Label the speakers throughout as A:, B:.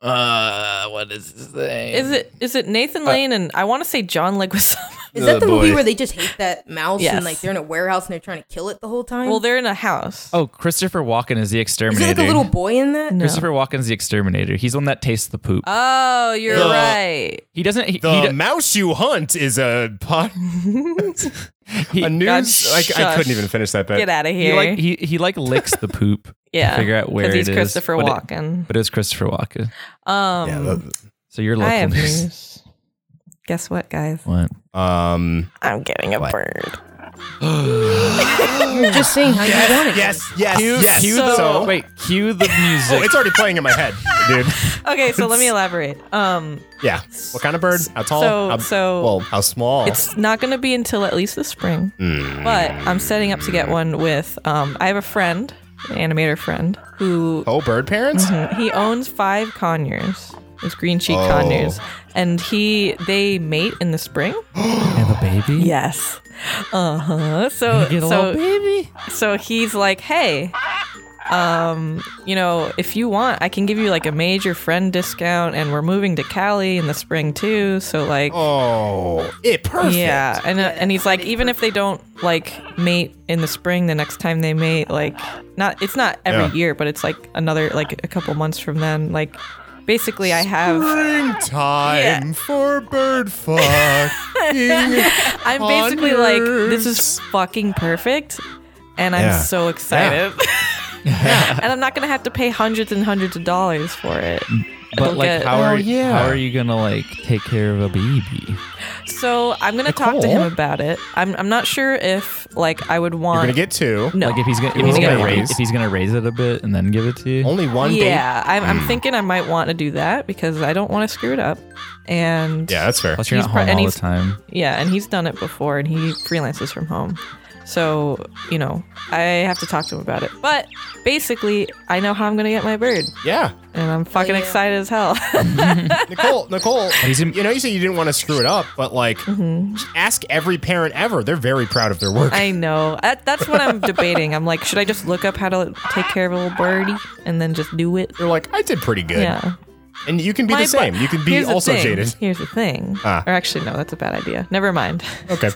A: uh what is his name?
B: is it is it
C: Uh,
B: Nathan Lane and I want to say John Leguizamo?
D: is
C: Oh,
D: that the movie
C: boy.
D: where they just hate that mouse
B: Yes.
D: and like they're in a warehouse and they're trying to kill it the whole time?
B: well, they're in a house.
A: Oh, Christopher Walken is the
D: is
A: exterminator.
D: there like a little boy in that?
B: No.
A: Christopher Walken's the exterminator. He's the one that tastes the poop.
B: Oh, you're
C: The-
B: right.
A: he doesn't. He,
C: The
A: he, do-
C: Mouse You Hunt is a pod,
A: he-
C: a
B: God,
C: news. Like, I
B: shush.
C: couldn't even finish that bit.
B: Get out of
A: he
B: here.
A: like he, he like licks the poop.
B: yeah.
A: to figure out where
B: Because he's
A: it is,
B: Christopher
A: but it-
B: Walken.
A: But it was Christopher Walken.
B: um,
C: Yeah, that-
A: So your
B: I
A: local
B: have
A: news.
B: news. Guess what, guys?
A: What?
C: um.
B: I'm getting a
C: What?
B: bird.
D: You're just saying how you want it.
C: Yes. Yes.
A: Cue,
C: yes.
A: cue the
C: so,
A: wait. Cue the
C: Oh,
A: music.
C: it's already playing in my head, dude.
B: Okay, so let me elaborate. Um,
C: Yeah. What kind of bird? How tall?
B: So-
C: how,
B: so-
C: well, how small?
B: It's not going to be until at least the spring, but I'm setting up to get one with. Um, I have a friend, an animator friend, who
C: oh, bird parents.
B: he owns five conures, those green cheek
C: Oh.
B: conures, and he they mate in the spring.
A: have a baby.
B: Yes. Uh huh. So
A: Get a
B: so
A: little baby.
B: so he's like, hey, um, you know, if you want, I can give you like a major friend discount, and we're moving to Cali in the spring too. So like,
C: Oh, it perfect.
B: yeah, and uh,
D: Yeah,
B: and he's
D: that's
B: like,
D: pretty
B: even if they don't like mate in the spring, the next time they mate, like, not it's not every
C: Yeah.
B: year, but it's like another like a couple months from then, like. Basically, I have.
C: Springtime for bird fucking.
B: I'm basically like, this
C: Honors.
B: is fucking perfect, and I'm
C: Yeah.
B: so excited. and I'm not gonna have to pay hundreds and hundreds of dollars for it.
C: Mm,
A: But
B: They'll
A: like,
B: get-
A: how are
C: Oh, yeah.
A: how are you gonna like take care of a baby?
B: So I'm gonna talk to
C: Nicole?
B: him about it. I'm I'm not sure if like I would
C: You're
B: want.
C: gonna get two.
B: no.
A: Like if he's gonna if
C: You
A: he's
C: will
A: gonna
C: raise.
A: raise if he's gonna raise it a bit and then give it to you.
C: Only one date.
B: yeah, I'm, I'm thinking I might want to do that because I don't want to screw it up. And
C: Yeah, that's fair.
A: Plus, you're
B: He's
A: not
B: pro-
A: home
B: and
A: all the
B: he's-
A: time.
B: yeah, and he's done it before, and he freelances from home. So you know, I have to talk to him about it. But basically, I know how I'm gonna get my bird,
C: Yeah.
B: and I'm fucking
D: yeah.
B: excited as hell.
C: Nicole, Nicole,
A: He's in-
C: you know, you said you didn't want to screw it up, but like, ask every parent ever. They're very proud of their work.
B: Mm-hmm. I know. That, that's what I'm debating. I'm like, should I just look up how to take care of a little birdie and then just do it?
C: They're like, I did pretty good.
B: Yeah.
C: And you can be
B: My
C: the same.
B: bu-
C: You can be
B: Here's the
C: also
B: thing.
C: jaded.
B: Here's the thing.
C: Ah.
B: Or actually, no, that's a bad idea. Never mind.
C: Okay.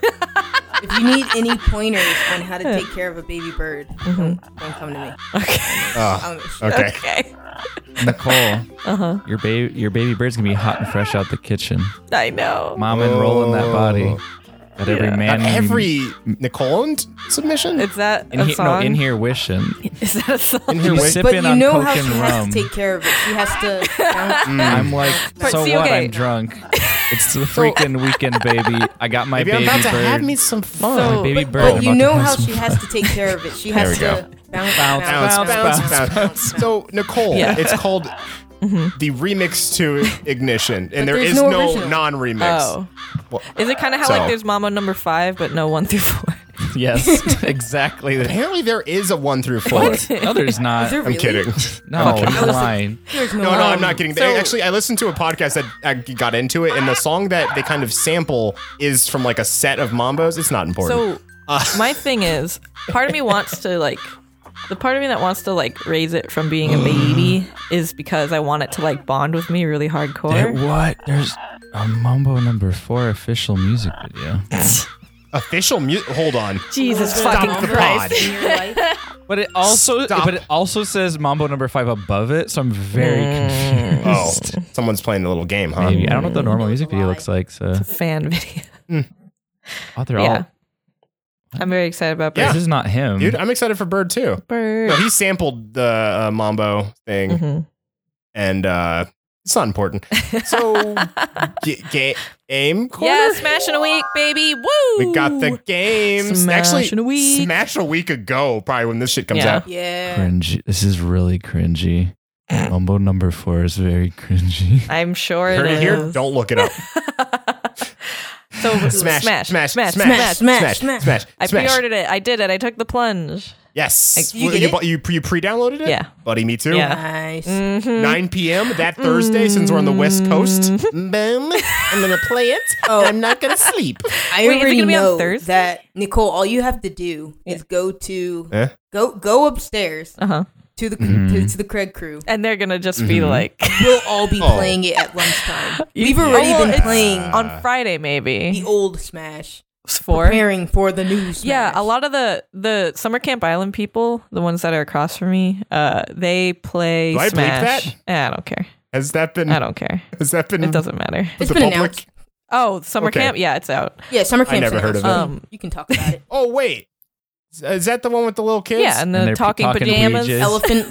D: If you need any pointers on how to take care of a baby bird,
A: Mm-hmm.
D: don't, don't come to me.
B: Okay.
C: Oh,
D: Um,
C: okay.
B: okay.
A: Nicole, your baby your baby bird's gonna be hot and fresh out the kitchen.
B: I know.
A: Mom enrolling that body. Got every
B: Yeah.
A: man.
C: Not every Nicole and submission.
B: Is that
A: in
B: a
A: here, no,
B: song?
A: in here wishing.
B: Is that a song?
C: in here,
A: You
C: wait.
A: sip-
D: But
A: Sipping
D: you
A: on
D: know
A: Coke
D: how she
A: and
D: has
A: rum.
D: to take care of it. She has to.
C: Mm.
A: I'm like,
B: But
A: so
B: see,
A: what?
B: okay.
A: I'm drunk. It's the freaking weekend, baby. I got my
C: Maybe I'm
A: baby
C: about to
A: bird.
C: have me some fun.
B: So-
A: my baby
B: But-
A: bird.
D: But
A: I'm
D: you
A: about to
D: know
A: have
D: how
A: some
D: she has to take care of it. She has
C: There we
D: to bounce,
A: Bounce,
D: bounce,
A: bounce, bounce, bounce.
C: So Nicole,
B: Yeah. Mm-hmm.
C: it's called the remix to Ignition, and there
D: there's
C: is
D: no
C: no,
D: original.
C: non-remix.
B: Oh.
C: Well,
B: Is it kind of how
C: So-
B: like there's Mama number five, but no one through four?
A: fun. Yes, exactly.
C: Apparently, there is a one through four.
A: No, there's Oh, not.
D: Is there
C: I'm
D: really?
C: kidding.
A: no,
C: Okay.
A: you're lying.
D: There's
C: No, no, I'm not getting
B: Um, so-
C: that. Actually, I listened to a podcast that I got into it, and the song that they kind of sample is from like a set of mambos. It's not important.
B: So my thing is, part of me wants to like the part of me that wants to like raise it from being a baby is because I want it to like bond with me really hardcore.
A: what? There's A Mambo number four official music video.
C: Official mute. Hold on.
B: Jesus
D: Stop
B: fucking
D: the
B: Christ.
D: in your life.
A: But it also
C: Stop.
A: but it also says Mambo number five above it, so I'm very confused.
C: Oh, someone's playing a little game, huh?
A: Maybe. I don't know what the normal music video looks like, so
B: Fan video.
A: oh, they're
B: Yeah.
A: all
B: I'm very excited about Bird.
C: Yeah.
A: this is not him.
C: Dude, I'm excited for Bird too.
B: Bird.
C: No, he sampled the uh, Mambo thing,
B: Mhm.
C: and uh, it's not important. So, g- ga- game corner.
B: Yeah, smash in a week, baby. Woo!
C: We got the games.
B: Smash
C: Actually,
B: in a week.
C: smash a week ago, probably when this shit comes
B: Yeah.
C: out.
D: Yeah.
A: cringy. This is really cringy. Mambo number four is very cringy.
B: I'm sure
C: Heard
B: it
C: it
B: is.
C: here? Don't look it up.
B: so
C: Smash, smash, smash, smash, smash,
B: smash,
C: smash,
D: smash, smash.
C: smash.
B: I pre-ordered it. I did it. I took the plunge.
C: Yes,
D: I- You
C: Well,
D: did
C: you,
D: it?
C: bought- you, pre- you pre-downloaded it.
B: Yeah.
C: buddy, me too.
B: Yeah. Mm-hmm.
D: Nice.
C: 9 p.m. that Thursday, since we're on the West Coast. Boom! I'm gonna play it.
D: Oh.
C: I'm not gonna sleep.
D: I
B: Wait, is it
D: already
B: gonna be on
D: know
B: Thursday?
D: that Nicole. All you have to do is go to
C: Eh?
D: go go upstairs
B: Uh huh.
D: to the
C: Mm-hmm.
D: to, to the Craig crew.
B: And they're gonna just be like
D: We'll all be
C: Oh.
D: playing it at lunchtime.
B: You-
D: We've
B: Oh,
D: already
B: well,
D: been
B: it's-
D: playing
B: on Friday maybe.
D: the old Smash,
B: Four.
D: preparing for the new Smash.
B: Yeah, a lot of the the summer camp island people, the ones that are across from me, uh, they play
C: Do I bleep
B: Smash.
C: that?
B: Eh, I don't care.
C: Has that been?
B: I don't care.
C: Has that been?
B: It doesn't matter.
D: It's
C: the
D: been
C: public?
D: announced.
B: Oh, summer
C: Okay.
B: camp. Yeah, it's out.
D: Yeah, summer camp.
C: never heard of it.
B: Um,
D: you can talk about it.
C: Oh wait, is- is that the one with the little kids?
B: yeah, and the
A: And they're
B: talking,
A: talking
B: pajamas.
A: pages.
D: Elephant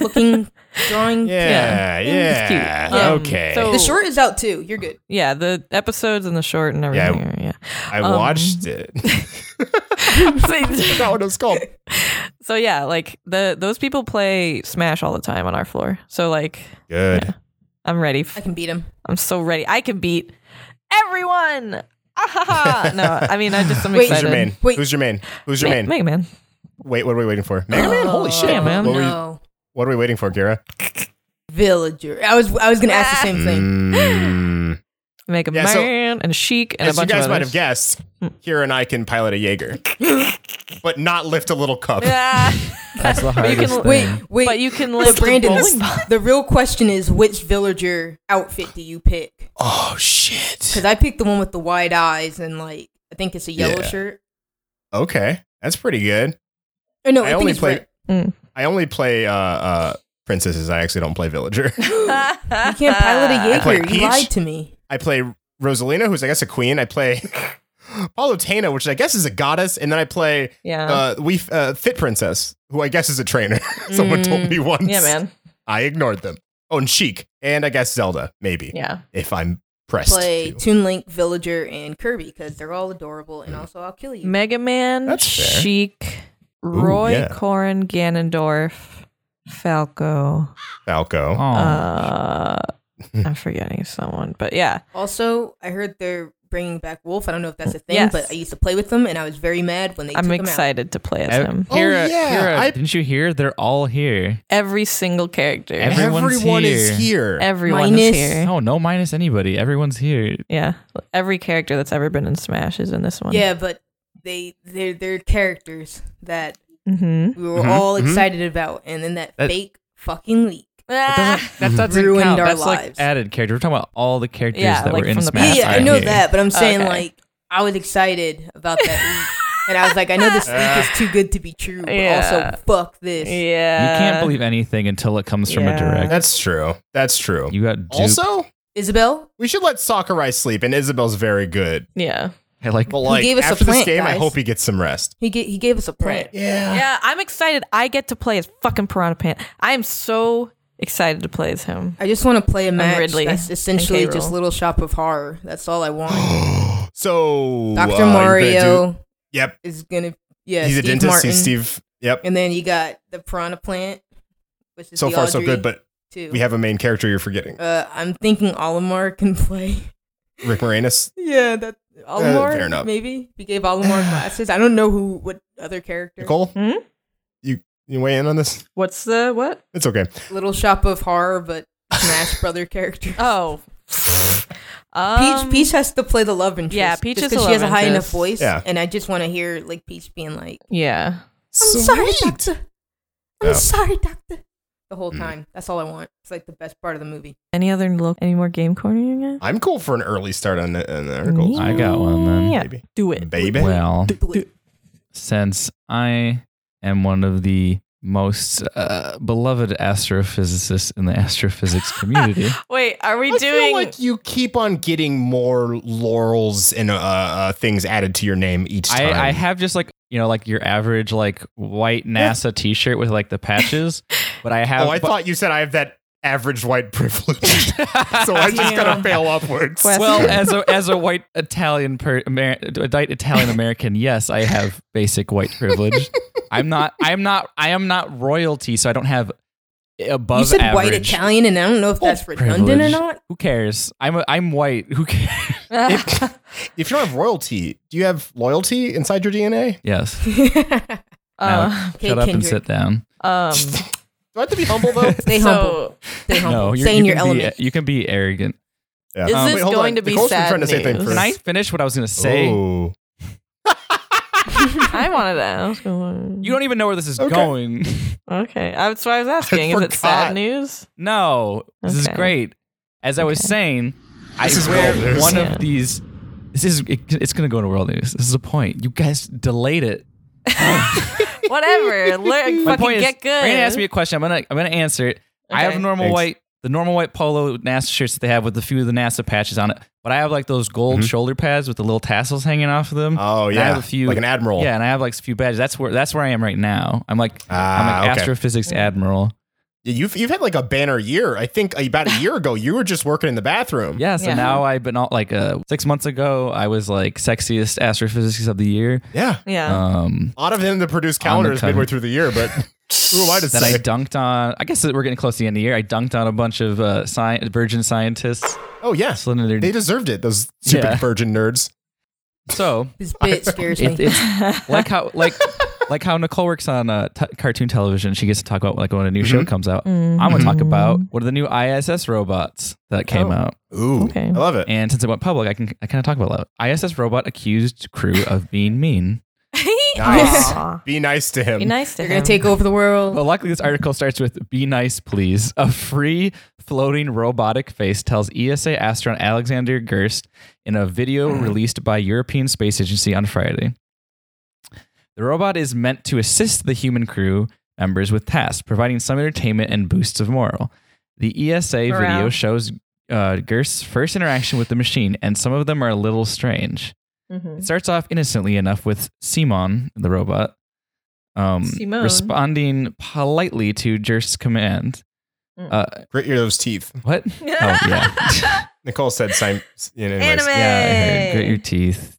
D: looking drawing.
C: yeah, yeah.
B: It's cute. Um,
C: okay.
B: so-
D: The short is out too. You're good.
B: Yeah, the episodes and the short and everything. are- Yeah.
C: I
B: um,
C: watched it.
B: So-
C: Not what it was called.
B: so yeah, like the those people play Smash all the time on our floor. So like
C: Good.
B: I'm ready.
D: I
B: F-
D: can beat him.
B: I'm so ready. I can beat everyone. Ah, ha, ha. no, I mean I just am
D: Wait,
C: Who's
B: excited.
C: your main?
D: Wait.
C: Who's your main? Who's your
B: Ma-
C: main?
B: Mega Man.
C: Wait, what are we waiting for? Mega Man? Holy shit.
B: yeah, man.
C: What, are we,
D: No.
C: what are we waiting for, Kira?
D: Villager. I was I was gonna ask the
B: Ah.
D: same thing.
C: Mm.
B: Mega
C: Yeah, so-
B: Man and Chic and a
C: As you
B: bunch
C: guys
B: of
C: might
B: others.
C: have guessed, Kira and I can pilot a Jaeger, but not lift a little cup.
B: Yeah,
A: That's the
B: you
A: hardest
B: can-
A: thing.
D: Wait, wait.
B: but you can live
D: Brandon,
B: With the bowling ball.
D: the, the real question is which villager outfit do you pick?
C: Oh, shit.
D: Because I picked the one with the wide eyes and like I think it's a yellow
C: Yeah.
D: shirt.
C: Okay. That's pretty good.
D: Or no,
C: I
D: I, think
C: only
D: it's
C: play-
D: red.
C: I only play uh, uh, princesses. I actually don't play villager.
D: You can't pilot a
C: I play
D: Jaeger.
C: Peach.
D: You lied to me.
C: I play Rosalina, who's I guess a queen. I play Palutena, which I guess is a goddess, and then I play
D: Uh-huh.
B: Yeah.
C: uh, we uh, Fit Princess, who I guess is a trainer. Someone told
D: Mm,
C: me once.
B: yeah, man.
C: I ignored them. Oh, and Sheik, and I guess Zelda, maybe
B: Yeah.
C: if I'm pressed.
D: Play
C: to.
D: Toon Link, Villager, and Kirby because they're all adorable. And also, I'll kill you.
B: Mega Man,
C: That's fair.
B: Chic,
C: Ooh,
B: Roy,
C: yeah.
B: Corrin, Ganondorf, Falco.
C: Falco.
A: Oh.
B: Uh, I'm forgetting someone, but yeah,
D: Also, I heard they're bringing back Wolf. I don't know if that's a thing,
B: Yes.
D: but I used to play with them, and I was very mad when they
B: I'm
D: took him out.
B: excited to play as
A: Ev-
B: him.
C: Oh,
A: Kira,
C: yeah,
A: Kira,
C: I-
A: didn't you hear? They're all here.
B: Every single character,
A: Every- Everyone's
C: Everyone is here.
B: everyone's
D: Minus-
B: here.
A: Oh, No, no minus anybody. Everyone's here.
B: Yeah, every character that's ever been in Smash is in this one.
D: Yeah, but they they're they're characters that
B: Mm-hmm.
D: we were
C: Mhm,
D: all
C: mhm.
D: excited about, and then that,
A: That-
D: fake fucking leak.
B: Ah.
A: That doesn't
D: Ruined
A: count.
D: our
A: That's like
D: lives.
A: added character. We're talking about all the characters
B: Yeah,
A: that
B: like
A: were in
B: from the
D: Yeah,
A: Smash.
B: past.
D: yeah, I
A: are
D: know
A: here.
D: that, but I'm saying
B: Oh, Okay.
D: like I was excited about that leak, and I was like, I know this leak is too good to be true, but
B: Yeah.
D: also fuck this.
B: yeah.
A: You can't believe anything until it comes from
B: Yeah.
A: a direct.
C: That's true. That's true.
A: You got duped.
C: also,
D: Isabel,
C: we should let Sakurai sleep, and Isabel's very good.
B: Yeah.
A: I like
C: But like
D: gave us a
C: after this
D: plant,
C: game, I
D: guys.
C: hope he gets some rest.
D: he ga- he gave us a plant.
A: Ah.
C: Yeah.
B: Yeah, I'm excited. I get to play as fucking Piranha Plant. I am so excited to play as him.
D: I just want to play a match
B: Ridley
D: that's
B: and
D: essentially
B: K.
D: just
B: Rool.
D: Little Shop of Horror. That's all I want.
C: So uh, you're
D: Doctor
C: gonna do-
D: Mario
C: yep.
D: is gonna yeah.
C: he's
D: Steve
C: a dentist.
D: Martin,
C: He's Steve. Yep.
D: And then you got the Piranha Plant, which is
C: So
D: the
C: far, so
D: Audrey,
C: good. But
D: too.
C: we have a main character you're forgetting.
D: Uh, I'm thinking Olimar can play.
C: Rick Moranis.
D: yeah, that Olimar.
C: fair enough.
D: Maybe we gave Olimar glasses. I don't know who what other character.
C: Nicole,
B: Hmm?
C: you you weigh in on this?
B: What's the what?
C: It's okay.
D: Little Shop of Horror, but Smash Brother character.
B: Oh.
D: Peach,
B: Um,
D: Peach has to play the love interest.
B: yeah, Peach
D: just
B: is the
D: 'cause she has a
B: love
D: high enough
B: interest.
D: voice,
C: Yeah.
D: and I just want to hear like Peach being like,
B: Yeah.
D: "I'm sorry, doctor. I'm
C: Yeah.
D: sorry, doctor." the whole
C: Mm.
D: time. That's all I want. It's like the best part of the movie.
E: Any other look? Any more game corner you got?
C: I'm cool for an early start on the, on the articles.
A: I got one then.
B: Mm,
E: Yeah,
C: Baby.
E: do it.
C: Baby.
A: Well,
D: Do it.
A: since I am one of the most uh, beloved astrophysicists in the astrophysics community,
E: Wait, are we
C: I
E: doing?
C: feel like you keep on getting more laurels and uh, uh, things added to your name each time.
A: I, I have just like you know like your average like white NASA T-shirt with like the patches, but I have.
C: oh, I
A: but-
C: thought you said I have that average white privilege, so I just
D: Damn.
C: gotta fail upwards.
E: Well-
A: well, as a as a white Italian per Amer, a white Italian American, yes, I have basic white privilege. I'm not. I'm not. I am not royalty, so I don't have above
D: You said
A: average.
D: white Italian, and I don't know if that's redundant or
A: privilege.
D: not.
A: Who cares? I'm a, I'm white. Who cares? uh,
C: if you don't have royalty, do you have loyalty inside your DNA?
A: Yes. Now,
E: Uh,
D: Okay,
A: shut up and
D: Kendrick.
A: sit down.
E: um,
C: Do I have to be humble though?
D: Stay humble.
B: um,
E: so
D: Stay humble.
A: No, you're,
D: Stay in
A: you
D: your
A: can be,
D: element.
A: You can be arrogant.
C: Yeah. Um,
E: Is this
C: hold
E: going to be
C: Nicole's been
E: sad
C: trying to say thing
E: news?
C: first.
A: Can I finish what I was going to say?
C: Ooh.
E: I wanted to ask. You
A: You don't even know where this is
C: Okay.
A: going.
E: Okay, uh, that's what I was asking. Is it
C: forgot.
E: sad news?
A: No, this is
E: Okay.
A: great. As I was
E: Okay.
A: saying,
C: This
A: I
C: is
A: wear
C: world news.
A: one
E: Yeah.
A: of these. This is it, it's going to go into world news. This is the point. You guys delayed it.
E: Whatever. Learn,
A: My
E: fucking
A: point
E: get
A: is,
E: good.
A: Brandon asked me a question. I'm gonna I'm gonna answer it. I have
E: Okay.
A: normal
C: Thanks.
A: white the normal white polo NASA shirts that they have with a few of the NASA patches on it. But I have like those gold
C: Mhm.
A: shoulder pads with the little tassels hanging off of them.
C: Oh
A: And I
C: yeah,
A: have a few-
C: like an admiral.
A: Yeah, and I have like a few badges. That's where that's where I am right now. I'm like
C: Ah,
A: I'm an
C: okay.
A: astrophysics admiral.
C: You've you've had like a banner year. I think uh, about a year ago, you were just working in the bathroom.
A: Yeah, so
E: Yeah.
A: now I've been all like uh, six months ago. I was like sexiest astrophysicist of the year.
C: yeah.
E: Yeah.
A: Um,
C: Odd of him to produce
A: the
C: calendars
A: cover.
C: midway through the year, but who am I to
A: that I
C: say?
A: dunked on. I guess that we're getting close to the end of the year. I dunked on a bunch of uh, sci- virgin scientists.
C: oh yeah,
A: So, then
C: they
A: they're-
C: deserved it. Those stupid
A: Yeah.
C: virgin nerds.
A: so
D: This bit scares me.
A: it, it's like how like like how Nicole works on uh, t- cartoon television. She gets to talk about like when a new show
C: Mhm.
A: comes
E: Mm-hmm. Mm.
A: out. I'm gonna talk about what are the new ISS robots that came
E: Oh.
A: out.
C: Ooh,
E: Okay.
C: I love it.
A: And since it went public, I can I kind of talk about that. ISS robot accused crew of being mean.
C: Nice.
E: Aw.
C: Be nice to him.
E: Be nice to
D: They're
E: him.
B: um,
D: gonna take over the world.
A: Well, luckily, this article starts with Be nice, please. A free floating robotic face tells ESA astronaut Alexander Gerst in a video released by European Space Agency on Friday. The robot is meant to assist the human crew members with tasks, providing some entertainment and boosts of morale. The ESA video
E: Morale.
A: shows uh, Gerst's first interaction with the machine, and some of them are a little strange. It
E: Mhm.
A: starts off innocently enough with Simon, the robot, um,
E: Simone.
A: responding politely to Jer's command.
E: Mm.
A: Uh,
C: Grit your those teeth.
A: what? Oh, yeah.
C: Nicole said, "Sign." You know,
E: Anime.
C: anyways.
A: yeah, I heard. Grit your teeth.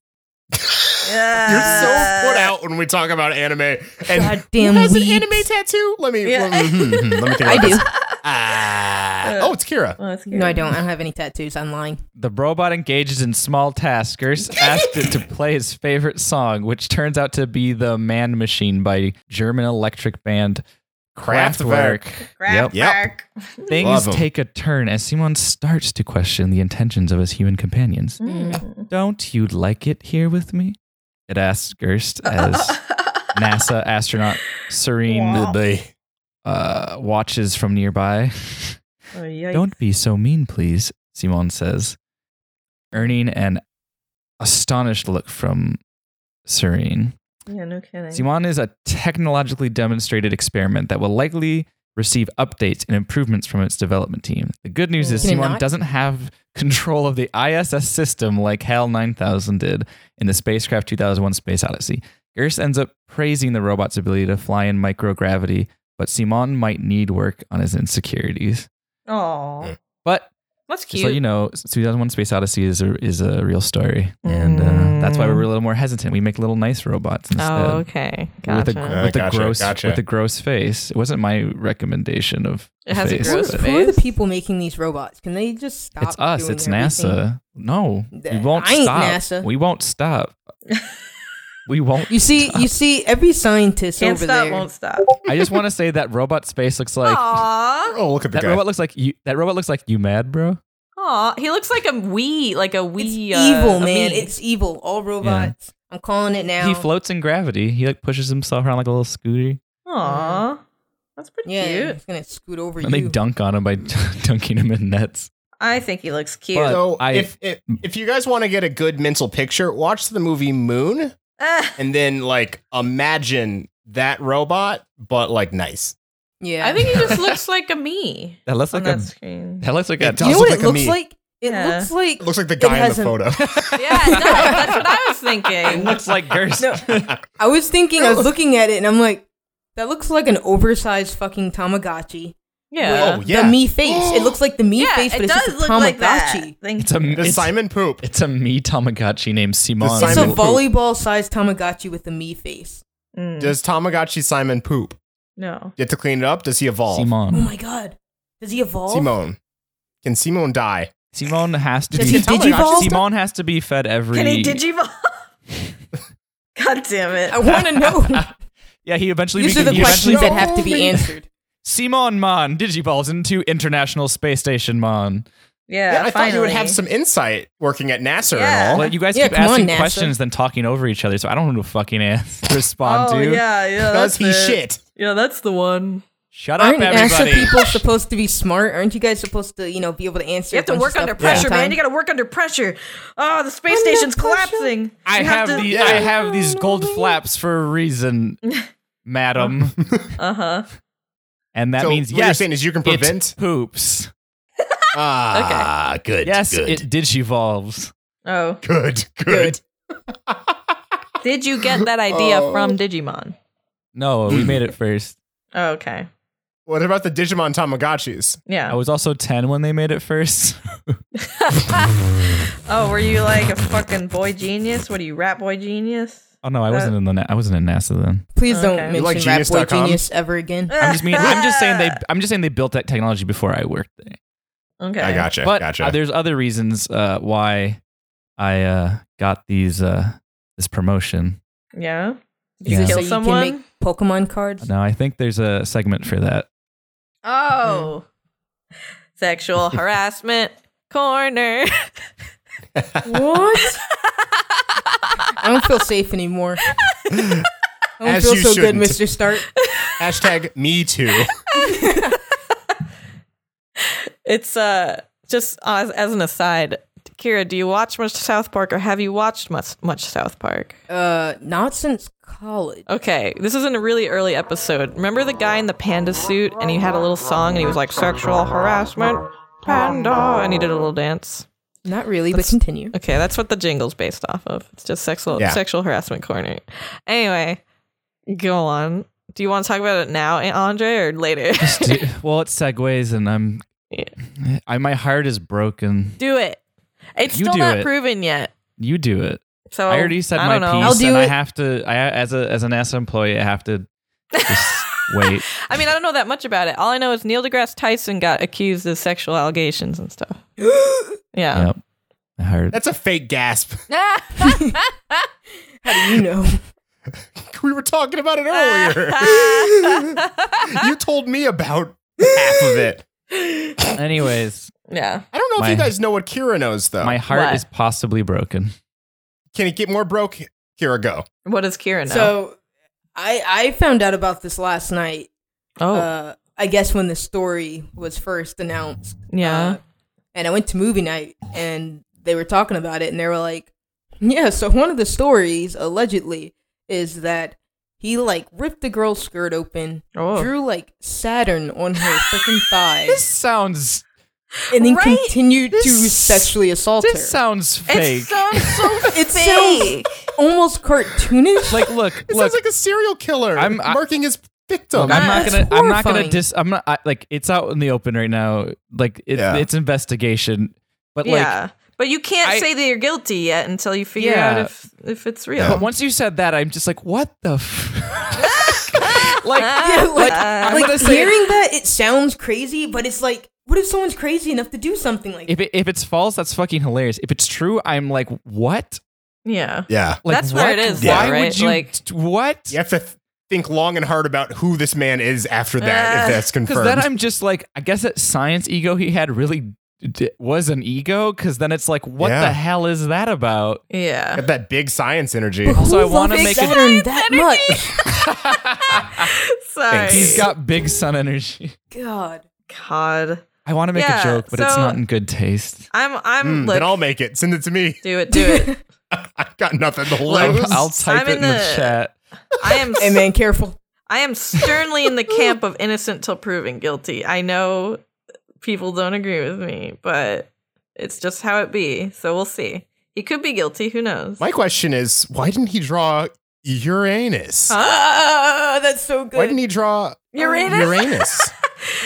C: You're so put out when we talk about anime. And
D: Goddamn
C: who has an
D: weebs.
C: anime tattoo? Let me.
E: Yeah.
C: Let, me- let me think.
D: I
C: About
D: do.
C: This. Ah. oh, it's Kira.
E: Oh, that's
D: No, I
E: good.
D: don't. I don't have any tattoos. I'm lying.
A: The robot engages in small tasks. Gerst asked it to play his favorite song, which turns out to be The Man Machine by German electric band
C: Kraftwerk.
A: Kraftwerk. Yep.
C: Yep. Love
A: Things
C: 'em.
A: take a turn as Simon starts to question the intentions of his human companions.
E: Mm.
A: Don't you like it here with me? It asks Gerst as NASA astronaut Serene
C: They-
A: uh, watches from nearby.
E: Oh, yikes.
A: Don't be so mean, please, Simon says, earning an astonished look from Serene.
E: Yeah, no kidding.
A: Simon is a technologically demonstrated experiment that will likely receive updates and improvements from its development team. The good news is
D: Can it
A: Simon
D: not?
A: doesn't have control of the ISS system like HAL 9000 did in the spacecraft 2001 Space Odyssey. Gerst ends up praising the robot's ability to fly in microgravity, but Simon might need work on his insecurities.
E: Aw.
A: But
E: That's cute.
A: just let you know, 2001 Space Odyssey is a, is a real story. And uh, that's why we're
D: Mm.
A: a little more hesitant. We make little nice robots instead
E: Oh, okay.
A: with
E: Gotcha.
A: a,
C: Uh,
A: with a
C: gotcha,
A: gross
C: gotcha.
A: with a gross face. It wasn't my recommendation of
E: It has a
A: face,
E: gross
A: but
D: Who are the
E: Space?
D: people making these robots? Can they just stop?
A: It's us.
D: doing
A: It's
D: everything?
A: NASA. No, we
D: Th-
A: won't
D: I ain't
A: stop.
D: NASA.
A: We won't stop. we won't.
D: You see, you see, every scientist
E: Can't
D: over
E: stop,
D: there.
E: won't stop.
A: I just want to say that robot's face looks like
E: Aw.
C: oh, look at the
A: that
C: guy.
A: robot looks like you. That robot looks like you mad, bro.
E: Aw. He looks like a wee, like a
D: It's
E: wee. uh,
D: evil,
E: a
D: man.
E: me.
D: It's evil. All robots. I'm calling it now.
A: He floats in gravity. He like pushes himself around like a little scooter.
E: Aw.
B: That's pretty
D: Yeah,
B: cute.
D: it's gonna scoot over
A: And they
D: you.
A: dunk on him by dunking him in nets.
B: I think he looks cute.
A: But-
C: so
A: I-
C: if, if if you guys want to get a good mental picture, watch the movie Moon
B: Ah,
C: and then like imagine that robot, but like nice.
D: Yeah,
E: I think he just looks like a me
A: That looks
D: Oh,
E: on
A: like
E: that
A: a
E: screen.
A: that looks like
C: It
A: a
C: does.
D: you
C: does
D: know what
C: look
D: it
C: like a
D: looks
C: me.
D: like. It
E: Yeah.
D: looks like
C: It looks like the
D: It
C: guy in
D: has
C: the
D: a-
C: photo.
E: Yeah, no, that's what I was thinking.
A: looks like Gerst.
D: I was thinking. I was looking at it, and I'm like, that looks like an oversized fucking Tamagotchi.
E: Yeah.
C: Oh, yeah.
D: The me face. it looks like the me
B: yeah,
D: face, but
B: it
D: it's
B: does
D: just a
B: look
D: Tamagotchi.
B: like that. Thank
A: It's a
C: the
A: it's,
C: Simon poop.
A: it's a me Tamagotchi named Simon.
C: The
D: It's
C: Simon
D: a
C: Poop.
D: volleyball-sized Tamagotchi with a me face.
E: Mm,
C: Does Tamagotchi Simon poop?
E: no.
C: You have to clean it up. Does he evolve?
D: Oh
A: Simon.
D: my god, does he evolve?
C: Simone. Can Simone die?
A: Simon has to
D: Does
A: be
D: he
C: Tamagotchi
D: digivolve?
A: Simon has to be fed every.
B: Can he digivolve? God damn it.
D: I want to know.
A: Yeah, he eventually
D: These are
A: became.
D: the
A: he eventually
D: questions that
A: became-
D: have to be answered.
A: Simon Mon digivolves into International Space Station Mon.
B: Yeah,
C: Yeah, I thought you would
B: finally.
C: have some insight working at NASA
B: Yeah.
C: and all.
A: Well, you guys
D: Uh-huh. Yeah,
A: keep
D: come on,
A: asking
D: NASA.
A: questions, then talking over each other, so I don't know who to fucking ask, respond
B: Oh,
A: to.
B: yeah, yeah.
C: Does
B: That's
C: he
B: it.
C: shit?
E: Yeah, that's the one.
A: Shut
D: Aren't
A: up,
D: NASA
A: everybody.
D: people supposed to be smart? Aren't you guys supposed to, you know, be able to answer?
B: You have to
D: a bunch of
B: work
D: stuff
B: under
D: at the same
B: pressure, man.
D: time?
B: You gotta work under pressure. Oh, the space station's collapsing.
A: I
B: You
A: have,
B: to-
A: the I have these gold flaps for a reason, madam.
B: Uh
D: Uh-huh.
B: huh.
A: And that
C: so
A: means
C: what you're
A: yes,
C: saying is you can
A: it
C: prevent.
A: poops.
C: Ah, good.
A: Yes,
C: good,
A: it digivolves.
B: Oh,
C: good, good.
E: Did you get that idea
C: Oh.
E: from Digimon?
A: No, we made it first.
B: Oh, okay.
C: What about the Digimon Tamagotchis?
A: I
B: Yeah.
A: was also 10 when they made it first.
B: Oh, were you like a fucking boy genius? What are you, rat boy genius?
A: Oh no, I wasn't in the na- I wasn't in NASA then.
D: Please don't
B: Okay.
C: You
D: mention
C: like
D: Rat Boy
C: genius.com?
D: Genius ever again.
A: I'm just mean I'm just saying they I'm just saying they built that technology before I worked there.
B: Okay.
C: I gotcha.
A: but
C: gotcha.
A: uh, there's other reasons uh, why I uh, got these uh, this promotion.
B: Yeah. Did
A: Yeah.
B: you
D: So
B: kill
D: you
B: someone?
D: can make Pokemon cards.
A: Now I think there's a segment for that.
B: Oh.
E: Sexual harassment corner.
D: What? I don't feel safe anymore. I don't
C: As
D: feel
C: you
D: so good,
C: shouldn't.
D: Mister Stark.
C: Hashtag me too.
E: It's uh just as, as an aside, Kira, do you watch much South Park or have you watched much much South Park?
D: Uh, not since college.
E: Okay, this is in a really early episode. Remember the guy in the panda suit and he had a little song and he was like sexual harassment panda and he did a little dance.
D: Not really, but continue.
E: Okay, that's what the jingle's based off of. It's just sexual
C: Yeah.
E: sexual harassment corner. Anyway, go on. Do you want to talk about it now, Aunt Andre, or later?
A: Do- well, it segues, and I'm
E: Yeah.
A: I my heart is broken.
E: do it. It's
A: You
E: still
A: do
E: not
A: it.
E: proven yet.
A: You do it.
E: So
A: I already said
E: Oh, I
A: my
E: don't know.
A: piece,
D: I'll
A: and
D: do
A: I
D: it.
A: have to. I as a as an NASA employee, I have to just wait.
E: I mean, I don't know that much about it. All I know is Neil deGrasse Tyson got accused of sexual allegations and stuff. Yeah.
A: Yep, I heard.
C: That's a fake gasp.
D: How do you know?
C: We were talking about it earlier. you told me about half of it.
A: Anyways,
E: Yeah.
C: I don't know if you
A: My-
C: guys know what Kira knows though.
A: my heart
E: What?
A: is possibly broken.
C: Can it get more broke? Kira, go.
E: What does Kira know?
D: So, I I found out about this last night.
E: oh,
D: Uh, I guess when the story was first announced.
E: yeah.
B: Uh-huh.
D: Uh, and I went to movie night and they were talking about it and they were like, yeah, so one of the stories allegedly is that he like ripped the girl's skirt open,
E: Oh.
D: drew like Saturn on her freaking thigh,
A: This sounds.
D: and then
B: right?
D: continued to
A: This-
D: sexually assault her.
A: This sounds fake.
B: It sounds so
D: it sounds
B: fake.
D: almost cartoonish.
A: like, look,
C: It
A: look.
C: sounds like a serial killer
A: I'm- I-
C: marking his victim.
A: Look, I'm not
D: That's
A: gonna. I'm not gonna
D: horrifying.
A: dis. I'm not I, like. It's out in the open right now. Like it's
C: Yeah.
A: it's investigation. But like,
E: yeah. But you can't
A: I-
E: say that you're guilty yet until you figure
A: Yeah. Oh
E: out if if it's real.
A: but once you said that, I'm just like, what the. F-? like,
B: Ah.
D: yeah, like,
A: I'm
D: like
A: gonna say-
D: hearing that it sounds crazy, but it's like, what if someone's crazy enough to do something like that?
A: if it, if it's false, that's fucking hilarious. If it's true, I'm like, what?
E: Yeah.
C: yeah.
A: Like,
E: That's where it
A: what?
E: is, though,
A: Why
E: right?
A: would you?
E: Like-
A: what?
C: You have to th- think long and hard about who this man is after that,
B: Ah,
C: if that's
A: Because
C: confirmed.
A: then I'm just like, I guess that science ego he had really d- was an ego. Because then it's like, what
C: Yeah.
A: the hell is that about?
E: Yeah.
C: Got that big science energy.
A: Also, I
D: Who
A: wanna
D: loves
A: make a-
D: Saturn that much.
E: So
B: Sorry.
C: Thanks.
A: He's got big sun energy.
D: God.
B: God.
A: I want to make
B: Yeah,
A: a joke, but it's
B: so-
A: not in good taste.
B: I'm I'm
C: Mm,
B: look,
C: then I'll make it. Send it to me.
B: do it, do it.
C: I've got nothing to
A: I'll,
C: lose.
A: I'll type
B: I'm
A: it in
B: in
A: the,
B: the-
A: chat.
B: I am
D: Hey man, careful.
B: I am sternly in the camp of innocent till proven guilty. I know people don't agree with me, but it's just how it be. So we'll see. He could be guilty. Who knows?
C: My question is, why didn't he draw Uranus?
B: Huh?
D: Ah, that's so good.
C: Why didn't he draw
B: Uranus?
C: Uranus?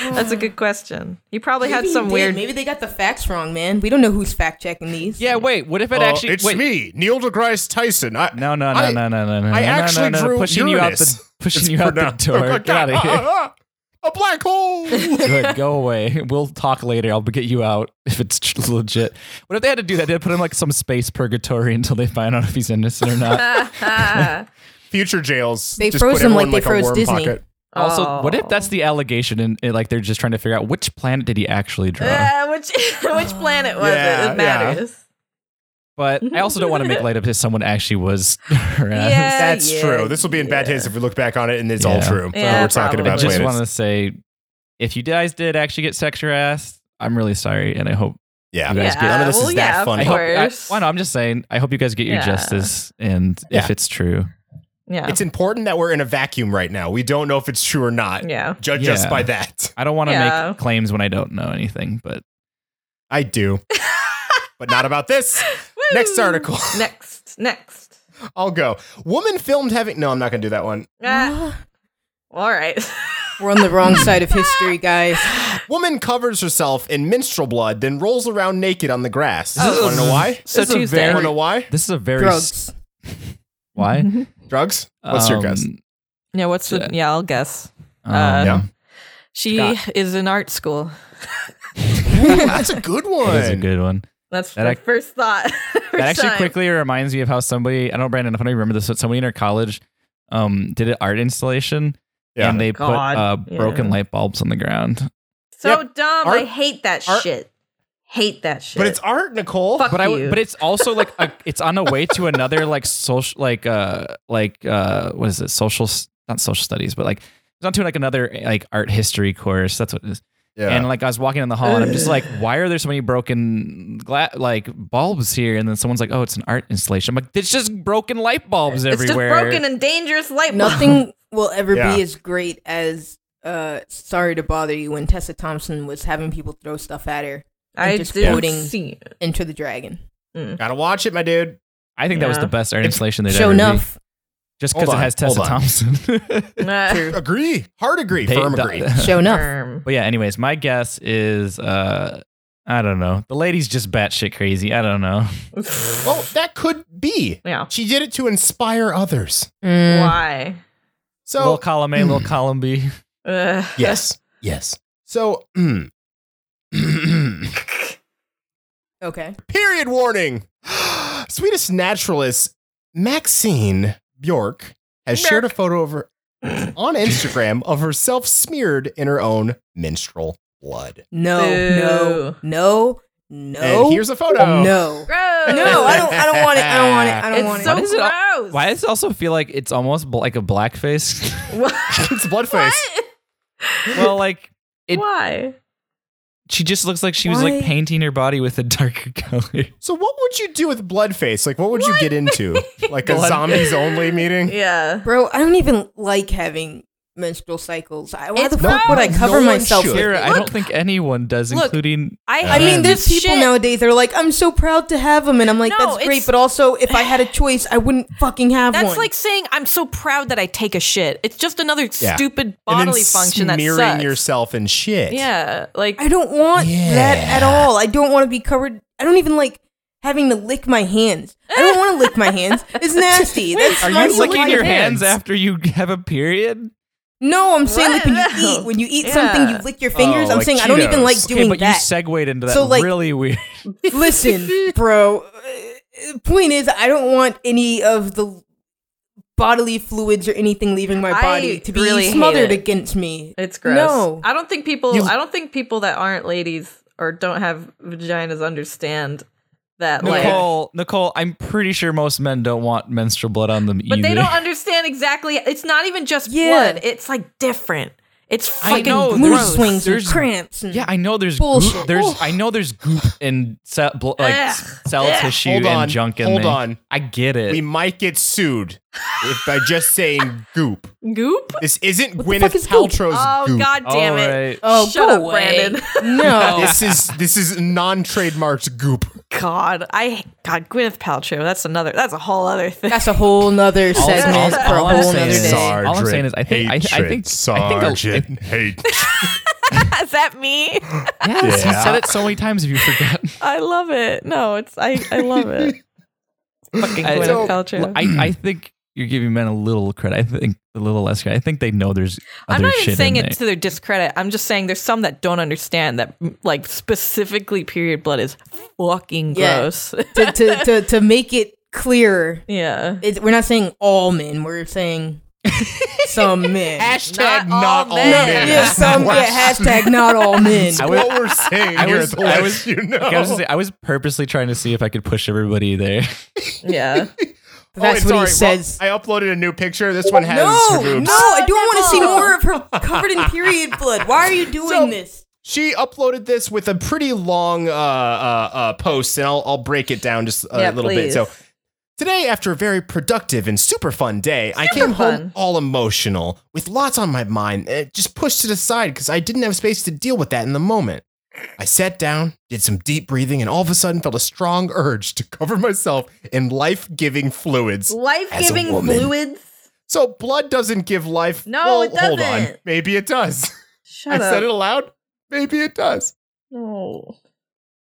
B: Oh That's a good question. He probably
D: Maybe
B: had
D: he
B: some
D: did.
B: weird.
D: Maybe they got the facts wrong, man. We don't know who's fact checking these.
A: Yeah, wait. What if it
C: Uh,
A: actually?
C: it's
A: wait,
C: me, Neil deGrasse Tyson. I,
A: No, no, no,
C: I-
A: no, no, no, no.
C: I
A: no,
C: actually
A: no, no, no,
C: drew
A: pushing
C: Uranus.
A: you out the pushing
C: It's
A: you out the
C: pronounced- Oh
A: door. Get out of here.
C: Ah, ah, ah. a black hole.
A: Good, go away. We'll talk later. I'll get you out if it's tr- legit. What if they had to do that? They'd put him in, like some space purgatory until they find out if he's innocent or not.
C: Future jails.
D: They
C: Just
D: froze
C: put
D: him
C: everyone
D: like they
C: a
D: froze
C: worm
D: Disney.
C: pocket.
A: also, what if
B: Oh.
A: that's the allegation and, and, like they're just trying to figure out which planet did he actually draw?
B: Uh, which which planet was
C: Yeah,
B: it?
C: Oh. yeah.
B: It matters.
A: but I also don't want to make light of if someone actually was. around.
B: Yeah.
C: That's
B: yeah,
C: true. This will be in bad
B: yeah.
C: taste if we look back on it and it's all
A: Yeah.
C: true.
B: Yeah,
C: we're talking
B: probably.
A: I
C: about
A: just
C: later.
A: want to say, if you guys did actually get sex harassed, I'm really sorry, and I hope
C: yeah.
A: You guys get-
C: None of this
B: well,
C: is that
B: yeah,
C: funny.
A: I
B: Of
A: hope. I,
B: course.
A: well, no, I'm just saying. I hope you guys get your
B: Yeah.
A: justice, and
C: Yeah.
A: if it's true,
B: yeah.
C: It's important that we're in a vacuum right now. We don't know if it's true or not.
B: yeah.
C: Judge us
A: Yeah.
C: by that.
A: I don't want to
B: Yeah.
A: make claims when I don't know anything. But
C: I do, but not about this. Next
B: Woo!
C: article.
B: Next. Next.
C: I'll go. Woman filmed having. No, I'm not going to do that one.
B: Ah, all right.
D: We're on the wrong side of history, guys.
C: Woman covers herself in minstrel blood, then rolls around naked on the grass.
A: Oh.
C: Want to know why?
A: So
B: This is a
A: Tuesday.
B: very-
C: Want to know why?
A: This is a very s-
D: Drugs.
A: why.
C: Drugs. What's your guess?
A: Um,
E: Yeah, what's the?
A: Yeah.
E: Yeah, I'll guess.
B: Uh,
A: um,
E: Yeah. She
C: Scott.
E: is in art school.
C: Ooh, that's a good one.
A: That is a good one.
B: That's
A: That
B: my
A: ac-
B: first thought. first
A: That actually
B: time.
A: quickly reminds me of how somebody I don't Brandon if I remember this, but somebody in our college um did an art installation
C: Yeah.
A: and they
B: God.
A: put uh,
B: Yeah.
A: broken light bulbs on the ground.
B: So
C: Yep.
B: dumb. I
C: Art-
B: hate that
C: art-
B: shit. Hate that shit.
C: but it's art, Nicole.
B: Fuck
A: but I
B: you.
A: but it's also like a, it's on a way to another like social like uh like uh what is it social s- not social studies but like it's on to like another like art history course that's what it is
C: Yeah.
A: and like I was walking in the hall and I'm just like why are there so many broken gla- like bulbs here and then someone's like oh it's an art installation I'm like it's just broken light bulbs
B: It's
A: everywhere
B: just broken and dangerous light bulb.
D: Nothing will ever
C: Yeah.
D: be as great as uh sorry to bother you when Tessa Thompson was having people throw stuff at her
B: I
D: just
B: didn't
D: quoting-
B: see it.
D: into the dragon.
C: Gotta watch it, my dude.
A: I think that was
B: Yeah.
A: the best art
C: It's-
A: installation they'd
D: Show
A: ever
D: enough.
A: made, just
C: Hold
A: because it
C: on,
A: has Tessa
C: hold on.
A: Thompson
B: Uh,
D: True.
C: Agree. Hard agree.
A: They-
C: firm
A: the-
C: agree.
D: Show enough.
B: term.
A: But yeah, anyways, my guess is uh I don't know. The lady's just batshit crazy. I don't know.
C: well, that could be.
B: yeah.
C: She did it to inspire others.
D: Mm.
B: Why?
C: So
A: little column A, little column B.
B: Uh,
C: yes, yes. So mm.
D: Okay.
C: period warning. Swedish naturalist Maxine Bjork has shared a photo of her on Instagram of herself smeared in her own minstrel blood.
D: No. No. No. No.
C: And here's a photo.
D: Oh. no.
B: Gross.
D: No, I don't. I don't want it. I don't want it. I don't want
B: It's so
D: it.
A: is it all-
B: gross.
A: Why does it also feel like it's almost bl- like a blackface?
B: What?
C: it's blood face.
B: What?
A: well, like It-
B: Why?
A: she just looks like she was like
D: Why?
A: painting her body with a darker color.
C: So what would you do with Bloodface? Like what would you get into? Like a
A: Blood-
C: zombies only meeting?
B: Yeah.
D: Bro, I don't even like having menstrual cycles. I, why
B: It's
D: the fuck would I
C: gross.
D: cover
C: No one
D: myself?
C: should.
D: with
A: Kara,
D: it?
A: I don't think anyone does,
B: Look,
A: including
B: I,
D: I mean, there's people
B: shit.
D: nowadays that are like, I'm so proud to have them, and I'm like,
B: No,
D: that's great.
B: it's-
D: But also, if I had a choice, I wouldn't fucking have
E: That's
D: one.
E: like saying I'm so proud that I take a shit. It's just another
C: Yeah.
E: stupid
C: And then
E: bodily function that
C: smearing
E: sucks.
C: yourself in shit.
E: Yeah, like
D: I don't want that
C: Yeah.
D: at all. I don't want to be covered. I don't even like having to lick my hands. I don't want to lick my hands. It's nasty. That's
C: are
D: my
C: you
D: lick
C: licking
D: my
C: your hand?
A: hands after you have a period.
D: No, I'm saying like when you
B: What?
D: eat, when you eat
B: Yeah.
D: something, you lick your fingers.
C: Oh,
D: I'm
C: like
D: saying I don't even
C: Cheetos.
D: like doing
A: okay, but you
D: that.
A: segued into that
D: So, like-
A: really weird.
D: Listen, bro. uh, Point is, I don't want any of the bodily fluids or anything leaving my
B: I
D: body to be
B: really hate
D: smothered
B: it.
D: against me.
B: It's gross.
D: No.
B: I don't think people
C: You-
B: I don't think people that aren't ladies or don't have vaginas understand that like
A: Nicole, Nicole, I'm pretty sure most men don't want menstrual blood on them
B: But
A: either.
B: they don't understand exactly. It's not even just
D: Yeah.
B: blood. It's like different. It's
A: I
B: fucking
A: know,
D: mood
A: there's-
B: Oh, gross.
D: swings and
A: there's-
D: cramps. And
A: yeah, I know there's
D: Bullshit.
A: goop, there's I know there's goop and cell, bl- like
B: Ugh.
A: s- cell
B: Ugh.
A: tissue
C: Hold on,
A: and junk in
C: hold
A: there.
C: on.
A: I get it.
C: We might get sued if by just saying goop.
B: Goop.
C: This isn't
D: What the
C: Gwyneth
D: fuck is goop?
C: Paltrow's
B: Oh
C: goop.
B: god damn
A: All
B: it.
A: right.
D: Oh,
B: Shut
D: go
B: up,
D: away.
B: Brandon.
D: No.
C: This is this is non-trademarked goop.
B: God, I God Gwyneth Paltrow. That's another. That's a whole other thing.
D: That's a whole nother segment
A: all-
D: for a
A: all I'm
D: whole
A: saying
D: nother
A: is-
D: day.
A: All I'm saying is I think- I- I
C: Hatred.
A: think- I think the-
C: Sergeant hate.
B: Is that me?
A: Yes,
C: Yeah.
A: you said it so many times. Have you forgotten?
B: I love it. No, it's I. I love it. Fucking
A: I-
B: Gwyneth
A: so-
B: Paltrow.
A: I, I think you're giving men a little credit. I think a little less credit. I think they know there's.
B: I'm
A: other
B: not even
A: shit
B: saying
A: in
B: it to their discredit. I'm just saying there's some that don't understand that like specifically period blood is fucking
D: Yeah.
B: gross.
D: to, to, to, to make it clearer,
B: yeah.
D: it, we're not saying all men. We're saying some men.
C: Hashtag
B: Not all
C: not all
B: men.
C: men. Oh,
D: yeah, some yeah, hashtag not all men.
A: I was-
C: what we're saying
A: I
C: here
A: was-
C: at the
A: I
C: last,
A: was-
C: you know. Oh,
A: Like, I was, gonna say, I was purposely trying to see if I could push everybody there.
B: Yeah.
C: Oh,
D: That's
C: and sorry,
D: what he says.
C: well, I uploaded a new picture. This one has
D: no,
C: her boobs.
D: no, I don't want to see more of her covered in period blood. Why are you doing
C: So-
D: this?
C: She uploaded this with a pretty long uh, uh, uh, post, and I'll, I'll break it down just a
B: Yeah,
C: little bit.
B: please.
C: So today, after a very productive and super fun day, I
B: Super
C: came
B: fun.
C: home all emotional with lots on my mind, and it just pushed it aside because I didn't have space to deal with that in the moment. I sat down, did some deep breathing, and all of a sudden felt a strong urge to cover myself in life-giving fluids. As a
B: Life-giving
C: woman.
B: fluids.
C: So blood doesn't give life.
B: No,
C: well,
B: it
C: Hold on,
B: doesn't.
C: maybe it does.
B: Shut
C: I
B: up.
C: said it aloud. Maybe it does.
B: no.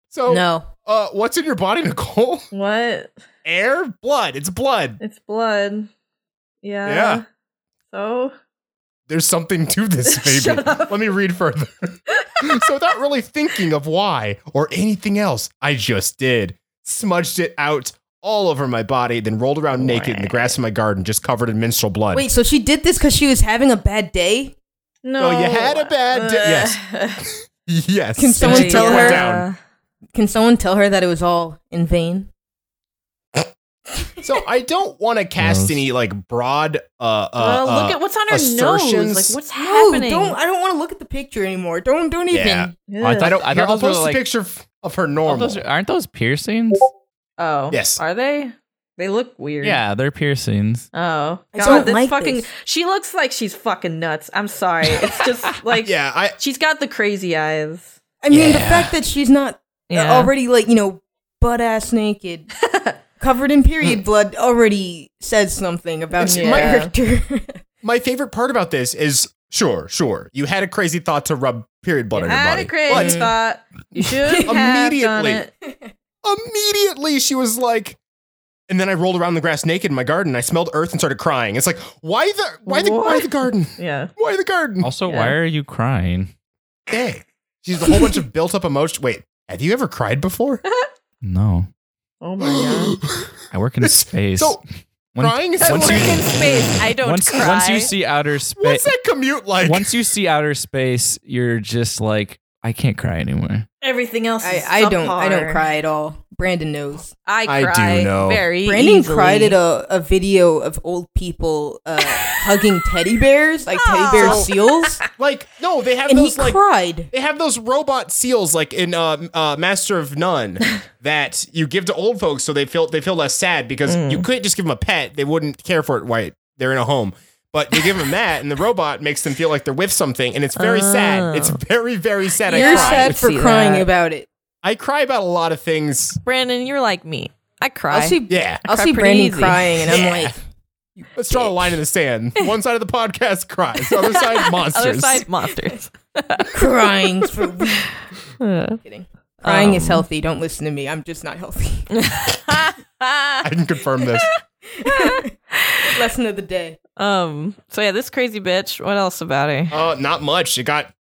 C: So
D: No.
C: uh, what's in your body, Nicole?
B: What?
C: Air, blood. It's blood.
B: It's blood. Yeah.
C: Yeah.
B: So
C: There's something to this, baby.
B: Shut up.
C: Let me read further. so, without really thinking of why or anything else, I just did. Smudged it out all over my body, then rolled around naked in the grass in my garden, just covered in menstrual blood.
D: Wait, so she did this because she was having a bad day?
B: no.
C: you had a bad day-
B: yes.
C: Yes.
D: Can someone
C: And she
D: tell
C: took it
D: her-
C: down.
D: Can someone tell her that it was all in vain?
C: So, I don't want to cast
A: Gross.
C: any like broad. Uh, uh,
B: well,
C: uh,
B: look at what's on her
C: assertions.
B: nose. Like, what's happening?
D: No, don't. I don't want to look at the picture anymore. Don't do anything.
C: Yeah.
B: Ugh.
A: I thought-
C: I don't. I
A: thought
C: I'll
A: those were,
C: post
A: like-
C: a picture f- of her
A: Aren't
C: normal.
A: those, aren't those piercings?
B: oh,
C: Yes.
B: Are they? They look weird.
A: Yeah, they're piercings.
B: Oh,
D: I
B: God,
D: don't
B: this
D: like
B: fucking.
D: this.
B: She looks like she's fucking nuts. I'm sorry. It's just like
C: yeah, I,
B: she's got the crazy eyes.
D: I mean, the
C: Yeah.
D: fact that she's not uh,
B: Yeah.
D: already like you know butt ass naked, covered in period blood, already says something about
C: It's
D: your
C: my-
D: character.
C: My favorite part about this is sure, sure, you had a crazy thought to rub period blood on your
B: had
C: body.
B: a crazy thought. You should have done
C: Immediately.
B: it.
C: But immediately she was like, and then I rolled around the grass naked in my garden. and I smelled earth and started crying. It's like, why the why the why
B: What?
C: the garden?
B: Yeah.
C: Why the garden?
A: Also,
B: Yeah.
A: why are you crying?
C: Hey. She's a whole bunch of built up emotion. Wait, have you ever cried before?
A: No,
B: Oh my god.
A: I work in
C: It's-
A: space.
C: so
A: When-
C: crying is
B: I
C: once
B: work
C: you,
B: in space. I don't
A: once,
B: cry.
A: once you see outer
C: what's
A: space,
C: that commute like?
A: once you see outer space, you're just like, I can't cry anymore.
B: everything else.
D: I,
B: is
D: I don't. I don't
B: subpar.
D: cry at all. Brandon knows.
B: I
C: I
B: cry
C: do know.
B: very.
D: Brandon
B: E- easily.
D: cried at a, a video of old people uh, hugging teddy bears, like teddy bear
B: Aw.
D: seals,
C: like, no, they have
D: and he
C: those like
D: cried.
C: They have those robot seals, like in uh, uh, Master of None, that you give to old folks so they feel they feel less sad because you
D: Mm.
C: couldn't just give them a pet; they wouldn't care for it. Why they're in a home, but you give them that, and the robot makes them feel like they're with something, and it's very sad. It's very very sad. I
D: Oh. You're
C: cry.
D: sad for
B: See
D: crying
B: that.
D: about it.
C: I cry about a lot of things.
B: Brandon, you're like me. I cry.
D: I'll see.
C: Yeah,
D: I'll
B: cry
D: see
B: pretty
D: Brandon
B: easy.
D: crying, and I'm
C: Yeah.
D: like,
C: let's draw a line in the sand. One side of the podcast cries, the other side monsters.
B: Other side monsters.
D: crying's for
B: Uh,
D: kidding. Crying is
B: Um.
D: healthy. Don't listen to me. I'm just not healthy.
C: I can confirm this.
D: Lesson of the day.
B: um. So yeah, this crazy bitch. What else about her?
C: Uh, not much. It got.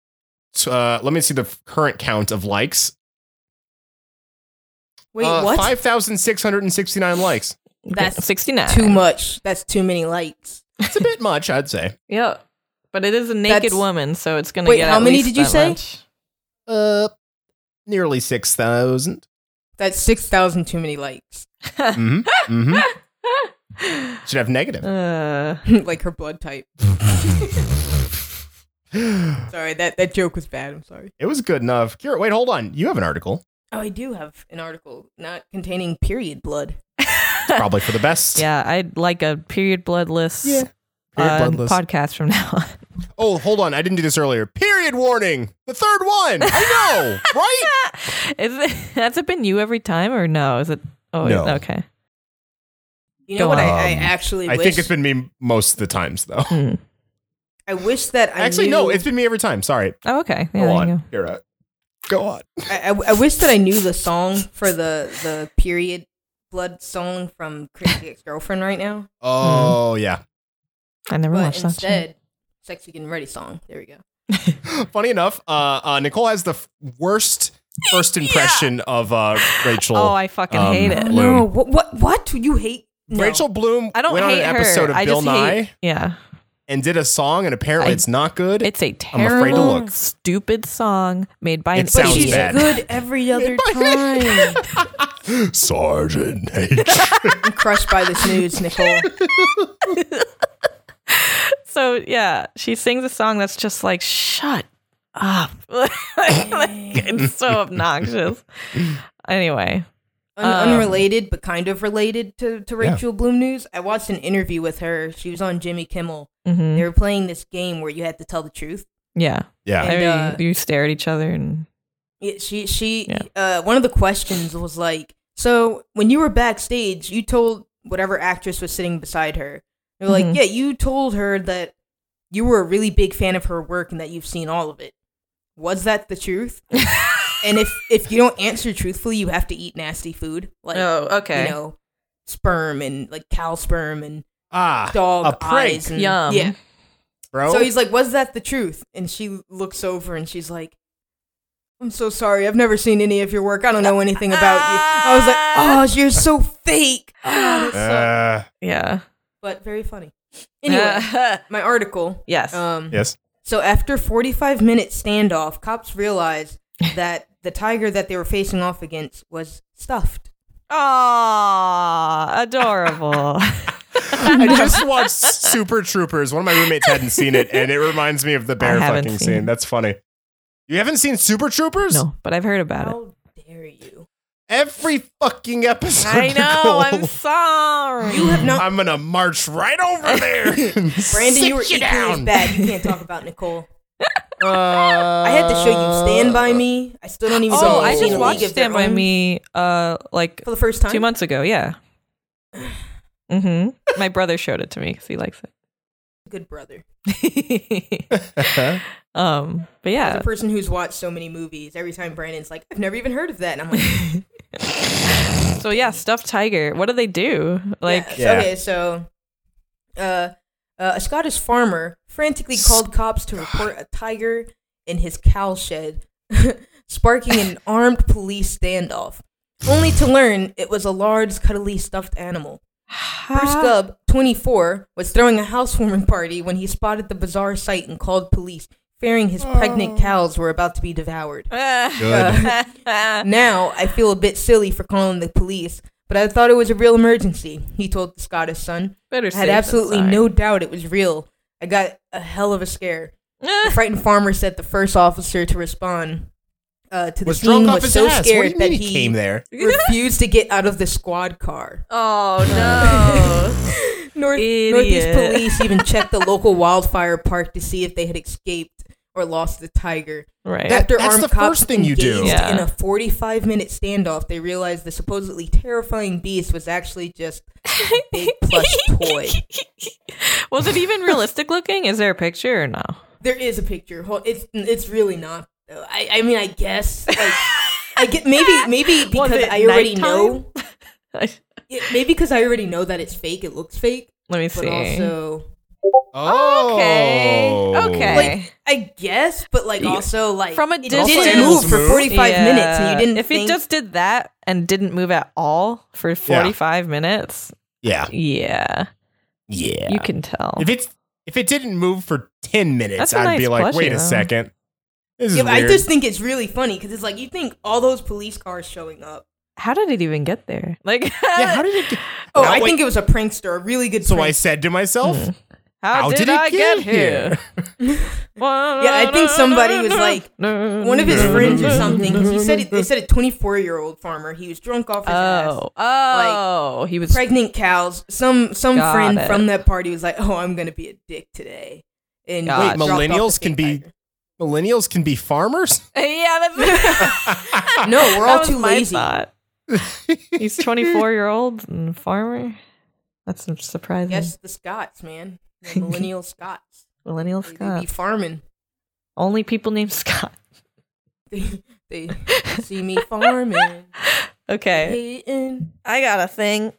C: Uh, let me see the current count of likes.
D: Wait,
C: Uh,
D: what?
C: 5,669 likes.
D: That's
B: 69.
D: Too much. That's too many likes.
C: It's a bit much, I'd say.
B: Yeah. But it is a naked
D: That's-
B: woman, so it's going to
D: Wait,
B: get
D: how
B: at
D: many
B: least
D: did you
B: that
D: say?
B: much.
C: Uh, nearly 6,000.
D: That's 6,000 too many likes.
C: hmm hmm mm-hmm. Should have negative.
F: Uh,
D: like her blood type. sorry, that, that joke was bad. I'm sorry.
C: It was good enough. Kira, wait, hold on. You have an article.
D: Oh, I do have an article not containing period blood.
C: It's probably for the best.
B: Yeah, I'd like a period blood list
C: Yeah.
B: uh,
C: Period bloodless.
B: podcast from now on.
C: oh, hold on. I didn't do this earlier. Period warning. The third one. I know, right?
B: Is it, has it been you every time or no? Is it? Oh,
C: No.
B: okay.
D: You know
B: Go
D: what?
B: on.
D: I, I actually
C: Um, I
D: wish.
C: think it's been me most of the times, though.
B: Hmm.
D: I wish that I
C: Actually,
D: knew,
C: no, it's been me every time. Sorry.
B: Oh, okay. Yeah,
C: Go
B: there
C: on.
B: you go.
C: Kira. Go on.
D: I, I, I wish that I knew the song for the the period blood song from Crazy Ex Girlfriend right now.
C: Oh, yeah.
B: I never
D: But
B: watched that. show.
D: instead, "Sexy Getting Ready" song. There we go.
C: Funny enough, uh, uh, Nicole has the f- worst first impression of uh, Rachel.
B: Oh, I fucking
C: um,
B: hate it.
C: Bloom.
D: No, what what what you hate? No.
C: Rachel Bloom
B: I don't
C: went
B: hate
C: on an episode
B: her.
C: of
B: I
C: Bill
B: just
C: Nye
B: hate. Yeah,
C: and did a song, and apparently
B: I-
C: it's not good.
B: it's a
C: I'm afraid to
B: terrible,
C: look.
B: stupid song made by
C: It
B: an
D: But
C: sounds
D: she's
C: bad.
B: idiot.
D: good every other time.
C: Sergeant H.
D: I'm crushed by this news, Nicole.
B: So yeah, she sings a song that's just like shut up. Like, it's so obnoxious. Anyway,
D: Un-
B: Um,
D: unrelated, but kind of related to, to Rachel Bloom news. I watched an interview with her. She was on Jimmy Kimmel.
B: mhm.
D: They were playing this game where you had to tell the truth.
B: yeah,
C: yeah.
B: I mean,
D: uh,
B: you stare at each other and
D: Yeah, she she
B: Yeah.
D: uh, one of the questions was like, so when you were backstage, you told whatever actress was sitting beside her. They're like,
B: Mhm.
D: yeah, you told her that you were a really big fan of her work and that you've seen all of it. Was that the truth? and if if you don't answer truthfully, you have to eat nasty food like
F: oh, okay.
D: you know sperm and like cow sperm and
C: Ah,
D: dog
C: a prank,
D: eyes and
B: Yum.
D: yeah.
C: bro.
B: Oh.
D: So he's like, "Was that the truth?" And she looks over and she's like, "I'm so sorry. I've never seen any of your work. I don't know anything about you." I was like, "Oh, you're so fake." Oh, that sucks.
C: Uh,
B: yeah.
D: but very funny. Anyway, my article.
F: yes.
B: Uh,
D: Um,
C: yes.
D: So after 45 minute standoff, cops realized that the tiger that they were facing off against was stuffed.
B: Aw, adorable.
C: I just watched Super Troopers. One of my roommates hadn't seen it, and it reminds me of the bear
B: haven't
C: fucking
B: seen
C: scene.
B: it.
C: That's funny. You haven't seen Super Troopers?
B: no, but I've heard about it.
D: How dare you?
C: Every fucking episode.
B: I know. I'm
C: Nicole.
B: sorry.
D: You have not.
C: I'm gonna march right over there.
D: Brandon, you were
C: you
D: equally as
C: down.
D: bad. You can't talk about Nicole.
C: I
D: I had to show you Stand By Me. I still don't even know
B: Uh, Oh,
D: if
B: I
D: it's
B: just
D: in a
B: watched
D: league of
B: Stand
D: their
B: by
D: own
B: Me. Uh, like
D: for the first time.
B: two months ago. Yeah. Mm-hmm. My brother showed it to me because he likes
D: Good brother.
B: it. um, but
D: As
B: yeah,
D: a person who's watched so many movies, every time Brandon's like, I've never even heard of that. And I'm like,
B: so yeah, stuffed tiger. What do they do? Like,
D: yes.
C: Yeah.
D: okay, so uh, uh, a Scottish farmer frantically called cops to report a tiger in his cow shed, sparking an armed police standoff, only to learn it was a large, cuddly, stuffed animal.
B: Ah.
D: Bruce Gubb, 24, was throwing a housewarming party when he spotted the bizarre sight and called police, fearing his
B: Oh.
D: pregnant cows were about to be devoured.
C: Oh,
D: Uh, Now I feel a bit silly for calling the police, but I thought it was a real emergency, he told the Scottish Sun.
F: Better
D: I
F: safe
D: had
F: than
D: absolutely
F: sorry.
D: no doubt it was real. I got a hell of a scare. The frightened farmer said the first officer to respond uh, to the
C: was
D: scene
C: drunk off
D: was
C: his
D: so
C: ass.
D: scared
C: What do you mean
D: that
C: he came there?
D: refused to get out of the squad car.
F: Oh no.
D: North,
B: Idiot.
D: Northeast police even checked the local wildfire park to see if they had escaped or lost the tiger.
B: right.
C: That-
D: After
C: that's
D: armed
C: the
D: cops
C: first thing you do.
D: engaged
B: Yeah.
D: In a 45 minute standoff, they realized the supposedly terrifying beast was actually just a big plush toy.
B: Was it even realistic looking? Is there a picture or no?
D: There is a picture. Hold- It's it's really not. though. I I mean, I guess. Like, I get maybe maybe
B: Was
D: because
B: it
D: I already
B: nighttime?
D: know.
B: Let
D: Yeah, maybe because I already know that it's fake. It looks fake,
B: me
D: but
B: see.
D: also
C: Oh,
B: okay. Okay.
D: like I guess, but like also like
B: From a
D: it
B: distance.
D: didn't move for
C: Move.
D: 45 minutes, and
B: Yeah.
D: you didn't.
B: If
D: think,
B: it just did that and didn't move at all for 45 minutes,
C: yeah,
B: yeah,
C: yeah.
B: you can tell.
C: If it's if it didn't move for ten minutes,
B: That's a
C: I'd be
B: nice
C: like,
B: plushie,
C: wait a
B: though.
C: second. This is
D: Yeah, but I
C: weird.
D: just think it's really funny because it's like you think all those police cars showing up
E: how did it even get there? Like,
C: Yeah, how did it get?
D: uh, Oh,
C: Now
D: I
C: wait-
D: think Hmm. it was a prankster, a really good.
C: So I
D: prankster.
C: said to myself,
E: how
C: "How
E: did,
C: did, it
E: I get, here?
D: Yeah, I think somebody was like one of his
C: Mm-hmm.
D: friends or something. 'cause He said it, they said a 24 year old farmer. He was drunk off his ass.
E: Oh, oh, he was
D: Pregnant cows. Some some
E: Got
D: friend
E: it.
D: from that party was like, "Oh, I'm gonna be a dick today." And
E: Got
D: dropped
E: it.
D: off the
C: Millennials can be-
D: tape
C: Millennials can be farmers. Oh,
E: yeah, that's
D: measure. No, we're
B: That
D: all
B: was
D: too
B: my
D: lazy.
B: thought. He's 24 year old and farmer. That's surprising.
D: Yes, the Scots, man. The millennial Scots.
B: Millennial
D: They, they be
B: Scott.
D: farming.
B: Only people named Scott.
D: They, they see me farming.
B: Okay.
D: hating.
B: I got a thing.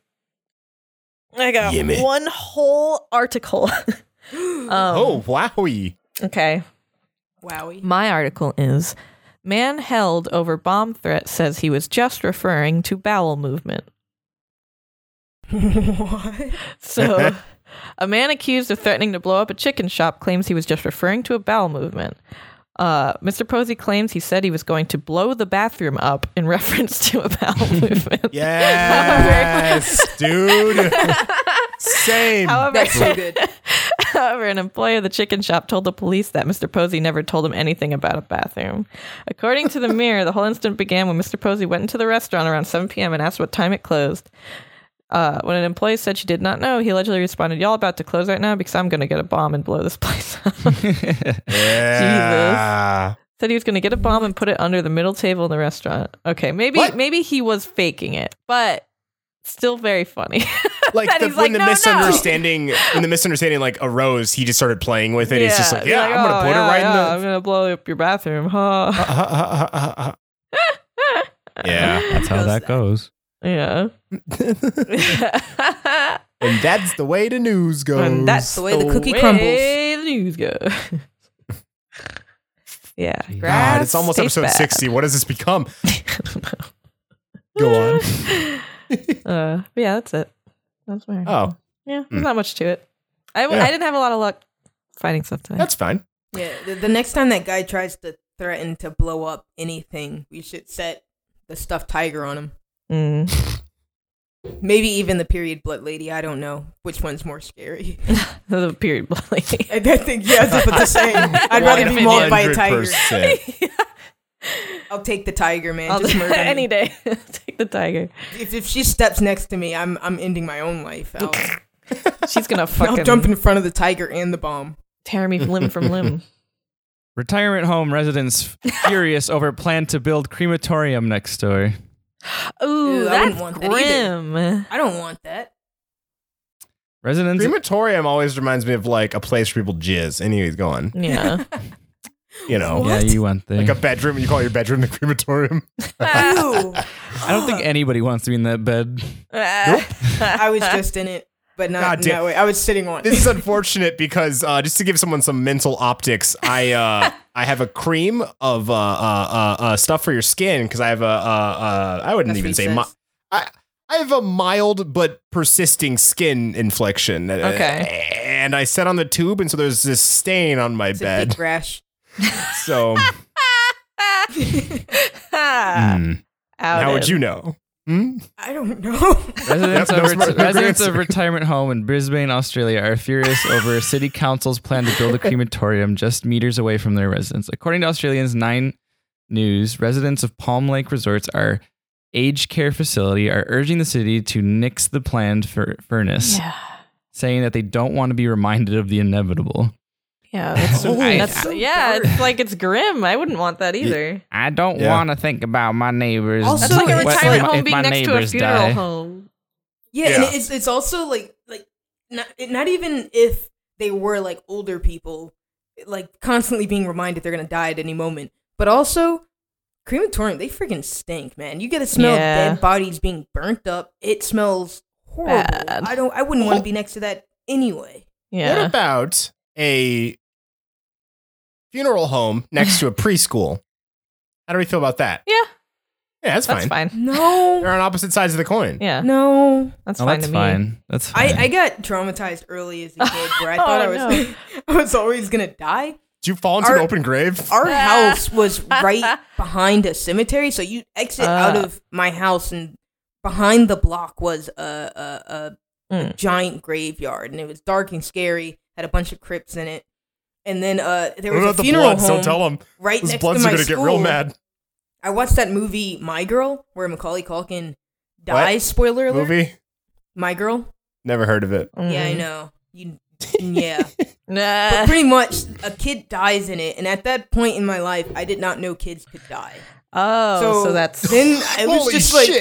B: I got
C: Gimme.
B: one whole article. um,
C: oh wowie!
B: Okay.
D: Wowie.
B: My article is Man held over bomb threat says he was just referring to bowel movement.
D: what?
B: So, a man accused of threatening to blow up a chicken shop claims he was just referring to a bowel movement. Uh, Mr. Posey claims he said he was going to blow the bathroom up in reference to a bowel movement.
C: Yes, dude. Same.
B: However,
D: That's so good.
B: However, an employee of the chicken shop told the police that Mr. Posey never told him anything about a bathroom. According to the Mirror, the whole incident began when Mr. Posey went into the restaurant around 7 p.m. and asked what time it closed. Uh, when an employee said she did not know, he allegedly responded, "Y'all about to close right now because I'm going to get a bomb and blow this place up."
C: yeah.
B: Said he was going to get a bomb and put it under the middle table in the restaurant. Okay, maybe
C: What?
B: maybe he was faking it, but still very funny.
C: Like
B: And
C: the,
B: he's
C: when
B: like,
C: the
B: "No, no."
C: misunderstanding, when the misunderstanding like arose, he just started playing with it. He's just like,
B: he's
C: yeah, I'm gonna
B: "Oh,
C: put
B: yeah,
C: it right
B: yeah,
C: in
B: I'm
C: the.
B: gonna blow up your bathroom, huh?
C: yeah,
A: That's how that goes.
B: Yeah. and
C: and that's the way the news goes.
B: that's the way the cookie crumbles. The news goes. yeah.
A: Jeez.
C: God, it's almost
B: tastes
C: episode
B: bad.
C: sixty. What does this become? Go on.
B: uh, but yeah, that's it. That's my.
C: Oh,
B: Yeah,
C: Hmm.
B: there's not much to it. I, w-
C: Yeah.
B: I didn't have a lot of luck finding stuff tonight.
C: that's fine.
D: Yeah, the, the next time that guy tries to threaten to blow up anything, we should set the stuffed tiger on him.
B: Mm.
D: Maybe even the period blood lady. I don't know which one's more scary.
B: the period blood lady.
D: I don't think yeah, that's what the saying. I'd rather be mauled by a tiger.
C: 100%.
D: I'll take the tiger, man.
B: I'll
D: Just
B: do-
D: murder me.
B: any day. Take the tiger.
D: If, if she steps next to me, I'm I'm ending my own life. I'll,
B: She's gonna
D: I'll
B: fucking
D: jump in front of the tiger and the bomb.
B: tear me limb from limb.
A: Retirement home residents furious over plan to build crematorium next door.
B: Ooh,
D: Ooh, I wouldn't
B: that's
D: want that either.
B: grim.
D: I don't want that.
A: Residents
C: Crematorium always reminds me of like a place where people jizz. Anyways, go on.
B: Yeah.
C: You know,
A: Yeah,
D: What?
A: you want
C: like
A: things.
C: a bedroom. You call your bedroom the crematorium.
D: Ew.
A: I don't think anybody wants to be in that bed.
D: I was just in it, but
C: God
D: not
C: damn-
D: no way. I was sitting on.
C: This is unfortunate because uh, just to give someone some mental optics, I uh, I have a cream of uh, uh, uh, uh, stuff for your skin because I have a uh, uh, I wouldn't
D: That's
C: even
D: what
C: say
D: he
C: mi-
D: says.
C: I I have a mild but persisting skin inflection. Uh,
B: Okay.
C: and I sat on the tube, and so there's this stain on my
D: It's a
C: bed.
D: big rash.
C: So
A: Mm.
C: hmm, how would you know? Hmm?
D: I don't know.
A: Residents,
C: Yep,
A: of,
C: no smart-
A: reti-
C: no
A: residents of
C: answer.
A: retirement home in Brisbane, Australia, are furious over city council's plan to build a crematorium just meters away from their residence. According to Australians Nine News, residents of Palm Lake Resorts, our aged care facility, are urging the city to nix the planned fur- furnace,
B: Yeah.
A: saying that they don't want to be reminded of the inevitable.
B: Yeah. That's,
C: Oh,
B: that's-
D: so
B: yeah,
D: dark.
B: it's like it's grim. I wouldn't want that either.
A: I don't
C: Yeah.
A: want to think about my neighbors.
D: Also,
B: That's
D: So
B: like a
D: what-
B: retirement
D: what
B: home being next to a funeral home.
D: Yeah,
C: Yeah.
D: and it's it's also like like not it- not even if they were like older people, like constantly being reminded they're gonna die at any moment. But also, crematorium they freaking stink, man. You get to smell
B: Yeah.
D: dead bodies being burnt up. It smells horrible.
B: Bad.
D: I don't. I wouldn't want to be next to that anyway.
C: What
B: Yeah.
C: about a funeral home next to a preschool? How do we feel about that?
B: Yeah.
C: Yeah, that's,
B: That's
C: fine.
B: fine.
D: No,
C: They're on opposite sides of the coin.
B: Yeah.
D: no.
B: That's
A: Oh,
B: fine
A: that's
B: to me.
A: fine. That's fine.
D: I, I got traumatized early as a kid where I thought I was
B: Oh,
D: I was always gonna die.
C: Did you fall into
D: Our-
C: an open grave?
D: Our house was right behind a cemetery, so you exit out of my house, and behind the block was a a, a, a
B: Mm.
D: giant graveyard, and it was dark and scary. Had a bunch of crypts in it, and then uh, there
C: What
D: was a
C: about the
D: funeral
C: Bloods?
D: home
C: Don't tell them.
D: right
C: Those
D: next
C: Bloods
D: to
C: are
D: my
C: going to get real
D: school.
C: mad.
D: I watched that movie My Girl, where Macaulay Culkin dies. Spoiler alert.
C: Movie?
D: My Girl.
C: Never heard of it.
D: Yeah,
B: Mm.
D: I know. You, yeah. but
B: Nah.
D: pretty much a kid dies in it and at that point in my life i did not know kids could die
B: Oh, so, that's
D: then i was
C: Holy
D: just like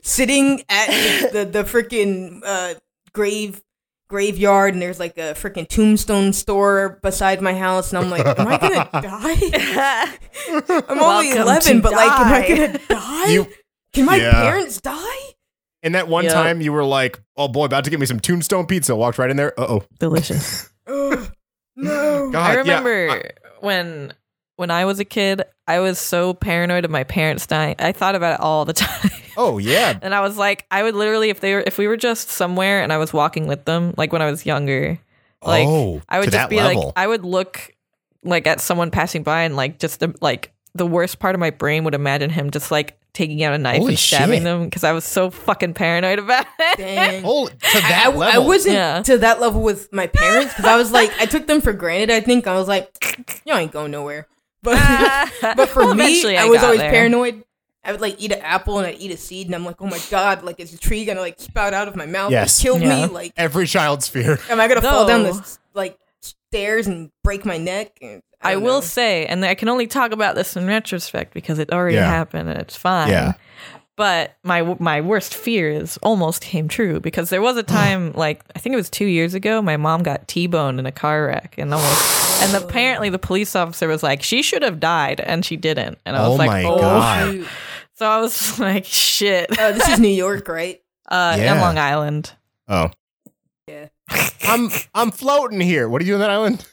D: sitting at the the freaking uh grave graveyard and there's like a freaking tombstone store beside my house and i'm like am i gonna die i'm only
B: Welcome
D: 11
B: to
D: but like am i
B: die.
D: gonna die
C: You-
D: can my
C: Yeah.
D: parents die
C: And that one
B: Yeah.
C: time you were like, oh boy, about to get me some tombstone pizza. Walked right in there. Uh oh.
B: delicious.
D: Ugh, no
C: God.
B: I
C: yeah,
B: remember
C: I-
B: when when I was a kid, I was so paranoid of my parents dying. I thought about it all the time.
C: Oh, yeah.
B: And I was like, I would literally if they were if we were just somewhere and I was walking with them, like when I was younger, like
C: oh,
B: I would
C: to
B: just
C: that
B: be
C: level.
B: like I would look like at someone passing by and like just the, like the worst part of my brain would imagine him just like taking out a knife
C: Holy
B: and stabbing
C: shit.
B: them because I was so fucking paranoid about it.
D: Dang.
C: Holy, to that
D: I, I
C: level.
D: wasn't
B: Yeah.
D: to that level with my parents because I was like, I took them for granted. I think I was like, you ain't going nowhere. But but
B: Ah.
D: for me,
B: Eventually
D: I, was
B: got
D: always
B: there.
D: paranoid. I would like eat an apple and I'd eat a seed and I'm like, oh my god, like is a tree gonna like spout out of my mouth
C: Yes.
D: and kill
B: Yeah.
D: me? Like,
C: Every child's fear.
D: am I gonna fall down
B: Though-
D: the like stairs and break my neck? And
B: I,
D: don't
B: will
D: know.
B: say, and I can only talk about this in retrospect because it already
C: Yeah.
B: happened and it's fine.
C: Yeah.
B: But my my worst fears almost came true because there was a time, like I think it was two years ago, my mom got T-boned in a car wreck and almost, and apparently the police officer was like, she should have died and she didn't, and I was
C: Oh
B: like,
C: my
B: oh,
C: God.
D: Shoot.
B: so I was like, shit,
D: Uh, this is New York, right?
B: uh,
C: Yeah.
B: in Long Island.
C: Oh.
D: Yeah.
C: I'm I'm floating here. What are you on that island?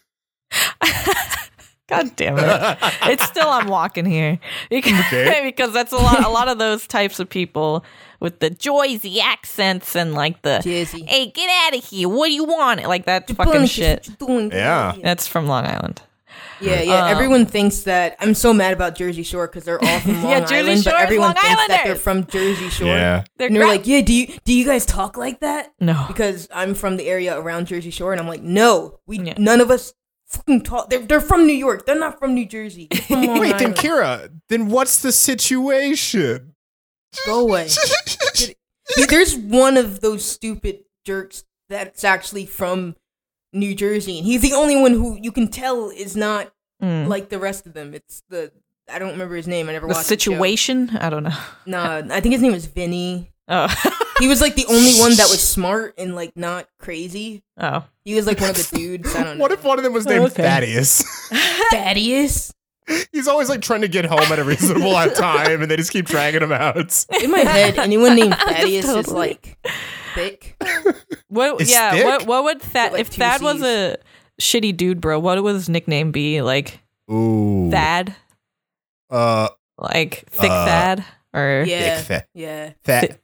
B: God damn it. it's still I'm walking here. Because,
C: Okay.
B: because that's a lot a lot of those types of people with the joysy accents and like the
D: Jersey.
B: hey, get out of here. What do you want? Like that fucking shit.
C: Yeah.
B: That's from Long Island.
D: Yeah, yeah.
B: Um,
D: everyone thinks that I'm so mad about Jersey Shore because they're all from Long
B: Yeah, Jersey
D: Island,
B: Shore
D: but
B: is
D: everyone
B: Long
D: thinks that they're
B: Islanders.
D: from Jersey Shore.
B: They're
D: And they're
B: gra-
D: like, yeah, do you do you guys talk like that?
B: No.
D: Because I'm from the area around Jersey Shore, and I'm like, no, we
B: Yeah.
D: none of us fucking talk. They're they're from New York. They're not from New Jersey. They're From Long
C: Wait, then
D: Island.
C: Kira, then what's the situation?
D: go away. Dude, there's one of those stupid jerks that's actually from New Jersey, and he's the only one who you can tell is not
B: Mm.
D: like the rest of them. It's the I don't remember his name. I never
B: The
D: watched
B: situation? I don't know.
D: The show. Nah, I think his name was Vinny.
B: Oh.
D: He was like the only one that was smart and like not crazy.
B: oh.
D: He was like one of the dudes. I don't know. Oh,
C: What if one of them was named
B: Okay.
C: Thaddeus?
D: Thaddeus?
C: He's always like trying to get home at a reasonable time, and they just keep dragging him out.
D: In my head, anyone named Thaddeus is
B: totally-
D: like thick.
B: What
C: Is
B: yeah,
C: thick?
B: what what would that
D: like
B: if
D: two
B: Thad was
D: Cs.
B: a shitty dude, bro, what would his nickname be? Like
C: Ooh.
B: Thad?
C: Uh,
B: Like thick
C: Uh,
B: Thad? Or
D: Yeah.
C: Thick Thad.
D: Yeah.
C: Thad.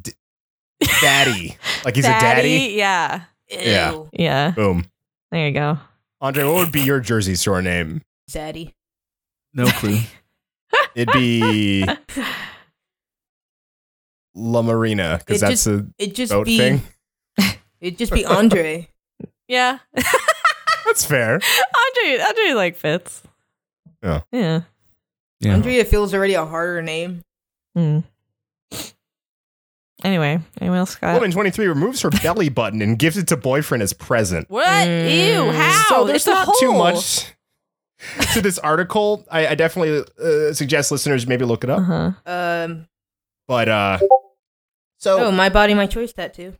C: D- daddy. Like he's a daddy.
B: Yeah.
C: Yeah.
D: Ew.
B: Yeah.
C: Boom.
B: There you go.
C: Andre, what would be your Jersey Shore name?
D: Zaddy.
A: No clue.
C: It'd be La Marina because
D: It
C: that's
D: just-
C: a
D: It'd just
C: boat
D: be
C: thing.
D: it'd just be Andre.
B: Yeah.
C: That's fair.
B: Andre Andre like fits.
C: Yeah.
B: Yeah.
A: Yeah.
D: Andrea feels already a harder name.
B: Hmm. Anyway, anyone else
D: Uh,
B: got
C: Woman 23 removes her belly button and gives it to boyfriend as present.
B: what?
D: Mm.
B: Ew, how?
C: So there's
B: It's a
C: not too
B: hole.
C: much to this article. I, I definitely uh, suggest listeners maybe look it up.
B: Uh-huh.
D: Um
C: But uh
D: oh.
C: so
D: my body, my choice tattoo.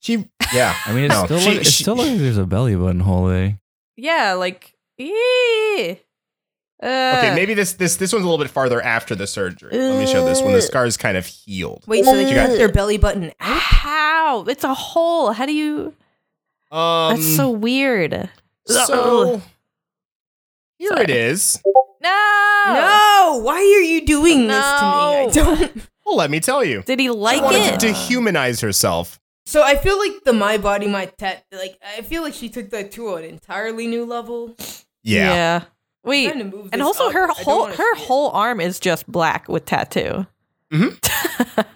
C: she yeah.
A: I mean, it's
C: No,
A: still
C: she-
A: like, it's
C: she-
A: still like there's a belly button hole eh? there.
B: Yeah, like eee. Uh,
C: Okay, maybe this this this one's a little bit farther after the surgery. Let me show this
B: Uh,
C: one. The scar's kind of healed.
D: Wait, so they
C: You got-
D: cut their belly button out?
B: how? It's a hole. How do you
C: Um
B: That's so weird.
C: so
B: Ugh.
C: here it is.
B: No.
D: No, why are you doing this to me? I don't
C: Well, let me tell you.
B: Did he
C: She
B: like
C: wanted
B: it?
C: to dehumanize herself.
D: So I feel like the my body, my tat like I feel like she took that to an entirely new level.
C: Yeah.
D: Trying
B: Wait.
D: to move
B: And
D: this
B: also
D: up. I
B: her
D: don't
B: whole
D: wanna
B: her
D: see it.
B: whole arm is just black with tattoo.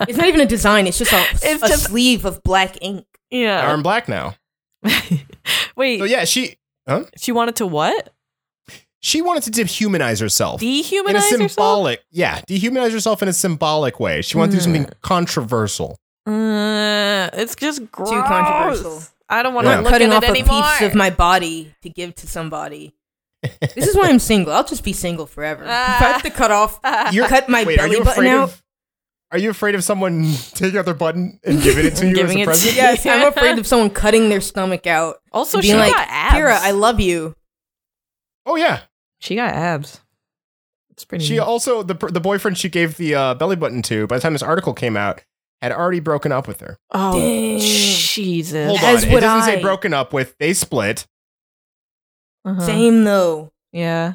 D: It's not even a design. It's just a,
B: It's
D: a
B: just-
D: sleeve of black ink.
C: Now
B: Yeah.
C: I'm black now.
B: Wait.
C: So yeah, she
B: She wanted to what?
C: she wanted to dehumanize herself.
B: Dehumanize
C: in a
B: herself?
C: symbolic, yeah, dehumanize herself in a symbolic way. She wanted to do
B: Hmm.
C: something controversial.
B: Uh, it's just gross.
D: controversial.
B: I don't want to
C: Yeah.
D: I'm
B: look at
D: cutting
B: it
D: off a
B: anymore.
D: piece of my body to give to somebody. This is why I'm single. I'll just be single forever. if I
B: Ah.
D: have to cut off,
C: You're-
D: cut my
C: Wait, are you
D: belly button
C: afraid
D: out.
C: of? Are you afraid of someone taking out their button and giving it to you as
B: Giving
C: a
B: it
C: present?
B: to-
D: yes, I'm afraid of someone cutting their stomach out.
B: also,
D: and
B: she
D: being like,
B: got abs.
D: Kira, I love you.
C: Oh yeah,
B: she got abs. It's pretty.
D: Mm.
C: She
B: neat.
C: also the per- the boyfriend she gave the uh, belly button to by the time this article came out had already broken up with her.
B: oh
D: Dang.
B: Jesus.
C: Hold
D: As
C: on, it
D: would
C: doesn't say
D: I.
C: broken up with. They split.
B: Uh-huh.
D: Same though.
B: Yeah.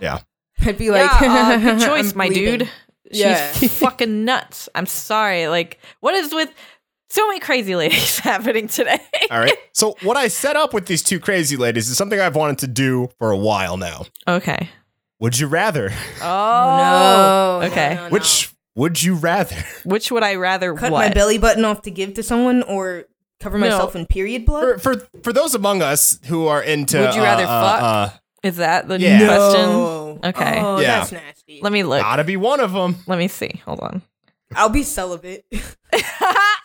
D: I'd be like,
B: yeah, uh, good choice,
D: I'm
B: my
D: bleeding.
B: dude. She's
D: Yeah.
B: fucking nuts. I'm sorry. Like, what is with so many crazy ladies happening today?
C: All right. so what I set up with these two crazy ladies is something I've wanted to do for a while now.
B: Okay.
C: Would you rather?
B: Oh
D: No.
B: Okay.
D: no, no, no.
C: Which would you rather?
B: Which would I rather
D: cut
B: what?
D: my belly button off to give to someone or cover
B: No.
D: myself in period blood?
C: For for, for those among us who are into
B: Would you rather
C: uh, uh,
B: Is that the
C: Yeah.
B: question?
D: Oh.
B: Okay.
D: Oh,
C: Yeah.
D: that's nasty.
B: Let me
C: uh,
B: look.
C: gotta be one of them.
B: Let me see. Hold on.
D: I'll be celibate.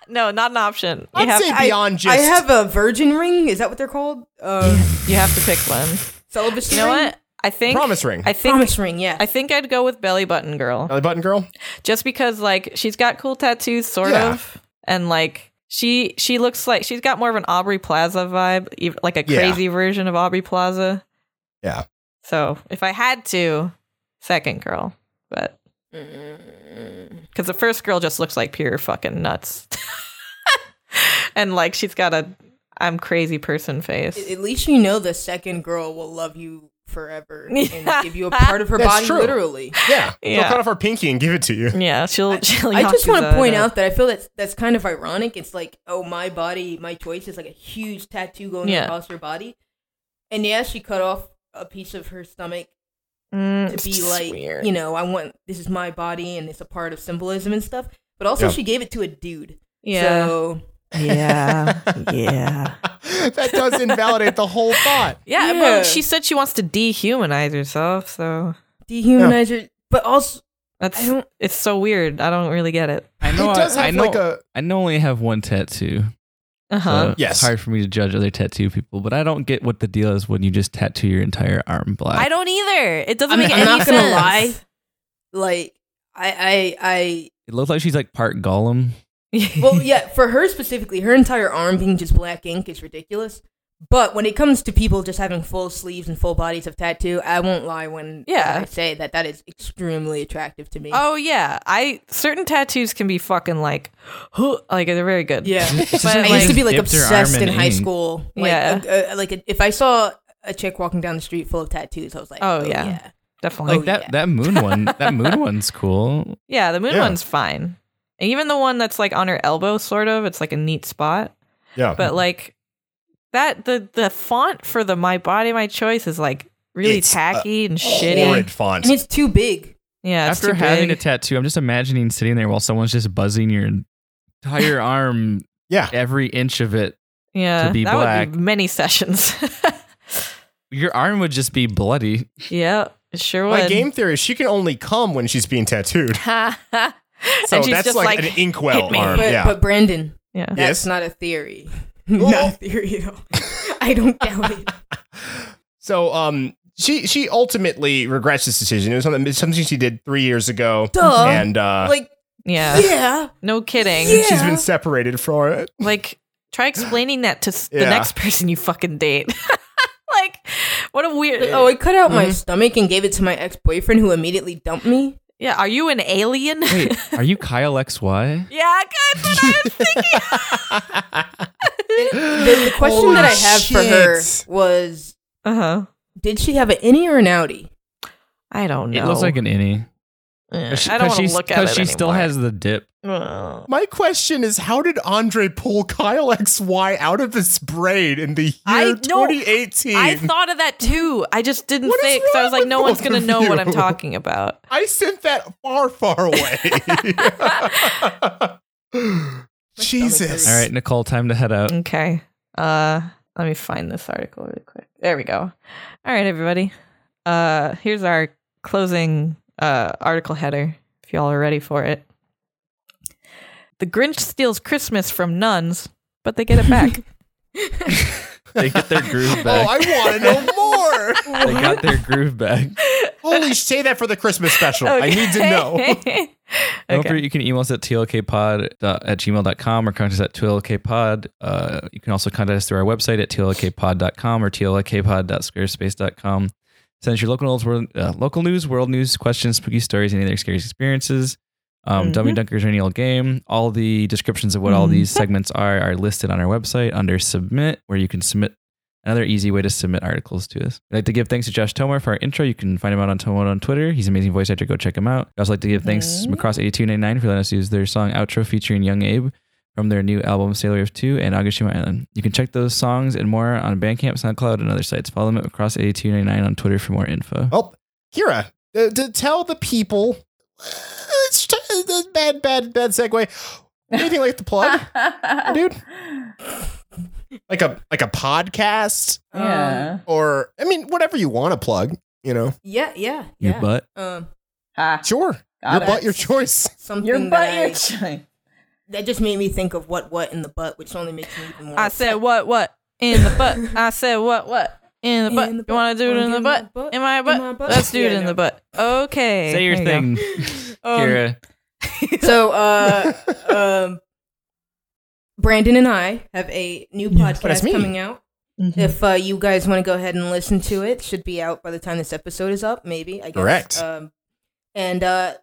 B: no, not an option. You
C: I'd
B: have,
C: say beyond just
D: I have a virgin ring. Is that what they're called? Um,
B: you have to pick one.
D: celibacy.
B: You know
D: ring?
B: what? I think
C: promise ring.
B: I think
D: Promise ring. Yeah.
B: I think I'd go with belly button girl.
C: belly button girl.
B: Just because like she's got cool tattoos sort
C: Yeah.
B: of and like she she looks like she's got more of an Aubrey Plaza vibe, ev- like a
C: Yeah.
B: crazy version of Aubrey Plaza.
C: Yeah.
B: So, if I had to, second girl, but
D: Mm.
B: cuz the first girl just looks like pure fucking nuts. and like she's got a I'm crazy person face.
D: At least you know the second girl will love you forever and
B: Yeah.
D: give you a part of her
C: That's
D: body,
C: true.
D: literally.
C: Yeah. She'll
B: Yeah.
C: cut off her pinky and give it to you.
B: Yeah, she'll. she'll
D: I just want to
B: Yakuza
D: point
B: it up.
D: out that I feel that's that's kind of ironic. It's like, oh, my body, my choice is like a huge tattoo going
B: Yeah.
D: across her body, and yeah, she cut off a piece of her stomach
B: Mm,
D: to
B: it's
D: be
B: just
D: like,
B: weird.
D: you know, I want this is my body and it's a part of symbolism and stuff. But also,
C: Yeah.
D: she gave it to a dude.
B: yeah,
D: So
B: yeah, yeah,
C: that does invalidate the whole thought.
B: yeah.
D: Yeah.
B: Well, she said she wants to dehumanize herself, so
D: dehumanize her, but also I
B: that's
D: don't.
B: it's so weird. I don't really get it.
A: I know.
C: it does
A: I,
C: have
A: I know.
C: like a
A: I know. Only have one tattoo.
B: Uh
A: So
B: huh.
C: Yes.
A: It's hard for me to judge other tattoo people, but I don't get what the deal is when you just tattoo your entire arm black.
B: I don't either. It doesn't
D: I'm,
B: make
D: I'm
B: any
D: not
B: sense.
D: gonna lie. Like I, I,
A: it looks like she's like part Gollum.
D: I. Well, yeah. For her specifically, her entire arm being just black ink is ridiculous. But when it comes to people just having full sleeves and full bodies of tattoo, I won't lie when
B: Yeah.
D: I say that that is extremely attractive to me.
B: oh yeah, I certain tattoos can be fucking like, like they're very good.
D: Yeah.
A: But
D: I
B: like-
D: used to be like
A: dipped her arm
D: obsessed in
A: in
D: high
A: ink.
D: school. Like,
B: Yeah.
D: a- a- like a- if I saw a chick walking down the street full of tattoos, I was like,
B: Oh,
D: oh,
B: yeah.
D: yeah.
B: definitely.
A: Like that
D: yeah.
A: that moon one. That moon one's cool.
B: Yeah, the moon
C: Yeah.
B: one's fine. And even the one that's like on her elbow, sort of, it's like a neat spot.
C: yeah.
B: but like that the the font for the my body my choice is like really
C: It's, uh,
B: tacky and shitty
C: horrid font.
D: And it's too big.
B: yeah it's
A: After
B: too
A: having a
B: big.
A: tattoo, I'm just imagining sitting there while someone's just buzzing your entire arm,
C: Yeah.
A: every inch of it.
B: yeah
A: to be
B: that
A: black.
B: would be many sessions
A: Your arm would just be bloody.
B: yeah it sure would
C: My game theory is she can only come when she's being tattooed. So
B: and she's
C: that's
B: just
C: like,
B: like,
C: an inkwell
B: "Hit me."
C: arm.
D: But,
C: yeah.
D: but Brandon,
B: yeah
C: Yeah.
D: that's
C: Yes?
D: not a theory. not a theory at all. I don't doubt it.
C: so um she she ultimately regrets this decision. It was something, it's something she did three years ago.
D: Duh.
C: And uh
D: like,
B: yeah
D: yeah.
B: no kidding
D: Yeah.
C: she's been separated for it.
B: like try explaining that to s
C: Yeah.
B: the next person you fucking date like what a weird
D: Like, oh, I cut out my stomach and gave it to my ex boyfriend who immediately dumped me.
B: yeah are you an alien
A: Wait, are you Kyle XY?
B: yeah good that's what I was thinking.
D: The, the question
C: Holy
D: that I have for her
C: shit.
D: was
B: uh-huh
D: Did she have an innie or an outie?
B: i don't know
A: It looks like an innie.
B: Eh,
A: She-
B: I don't
A: 'cause
B: want
A: she's-
B: to look at it.
A: she still
B: anymore.
A: has the dip.
B: Well,
C: My question is, how did Andre pull Kyle XY out of his brain in the year
B: I- no,
C: 2018?
B: I thought of that too. I just didn't
C: What is
B: say it 'cause I
C: wrong
B: was like,
C: with
B: no one's
C: both
B: gonna
C: of
B: know what
C: you?
B: I'm talking about.
C: I sent that far, far away. Jesus.
D: hurts.
A: All right, Nicole, time to head out.
B: Okay. Uh let me find this article really quick. There we go. All right, everybody. Uh here's our closing uh article header if y'all are ready for it. The Grinch steals Christmas from nuns, but they get it back.
A: They get their groove
C: Oh,
A: back.
C: I want to know more.
A: they got their groove back.
C: Holy, say that for the Christmas special. I need to know.
B: Okay.
A: Don't forget, you can email us at tlkpod at gmail.com or contact us at tlkpod. Uh, you can also contact us through our website at tlkpod.com or tlkpod.squarespace.com. Send us your local news, world, uh, local news, world news, questions, spooky stories, any of their scary experiences, um,
B: Mm-hmm.
A: dummy dunkers, or any old game. All the descriptions of what all these segments are are listed on our website under submit, where you can submit another easy way to submit articles to us. I'd like to give thanks to Josh Tomar for our intro. You can find him out on Tomar on Twitter. He's an amazing voice actor. Go check him out. I'd also like to give thanks to Macross8299 for letting us use their song outro featuring Young Abe from their new album Sailor of Two and Agashima Island. You can check those songs and more on Bandcamp, SoundCloud, and other sites. Follow them at Macross8299 on Twitter for more info.
C: Oh, Kira, uh, to tell the people, uh, it's t- uh, bad, bad, bad segue. Anything like the plug, dude? Like a like a podcast,
D: Um,
G: Yeah.
C: or I mean, whatever you want to plug. You know,
D: yeah, yeah,
A: Your
D: yeah.
A: butt.
D: Um,
G: Ah,
C: sure,
G: Got
C: your
G: it.
C: butt, your choice.
D: something
G: your butt,
D: that,
G: your
D: I-
G: choice.
D: that just made me think of what what in the butt, which only makes me even more.
B: I said what what in the butt. I said what what in the
D: In
B: butt.
D: the
B: you want to do it
D: Wanna
B: in the butt? In my
D: my
B: butt?
D: butt?
B: Let's do it
D: Yeah,
B: in
D: no.
B: the butt. Okay.
A: Say your
B: There you go.
A: thing,
B: Um,
A: Kira.
D: So, uh, um, Brandon and I have a new
C: but it's
D: podcast
C: me.
D: coming out.
B: Mhm.
D: If uh, you guys want to go ahead and listen to it, should be out by the time this episode is up. Maybe I guess.
C: Correct.
D: Um, and uh,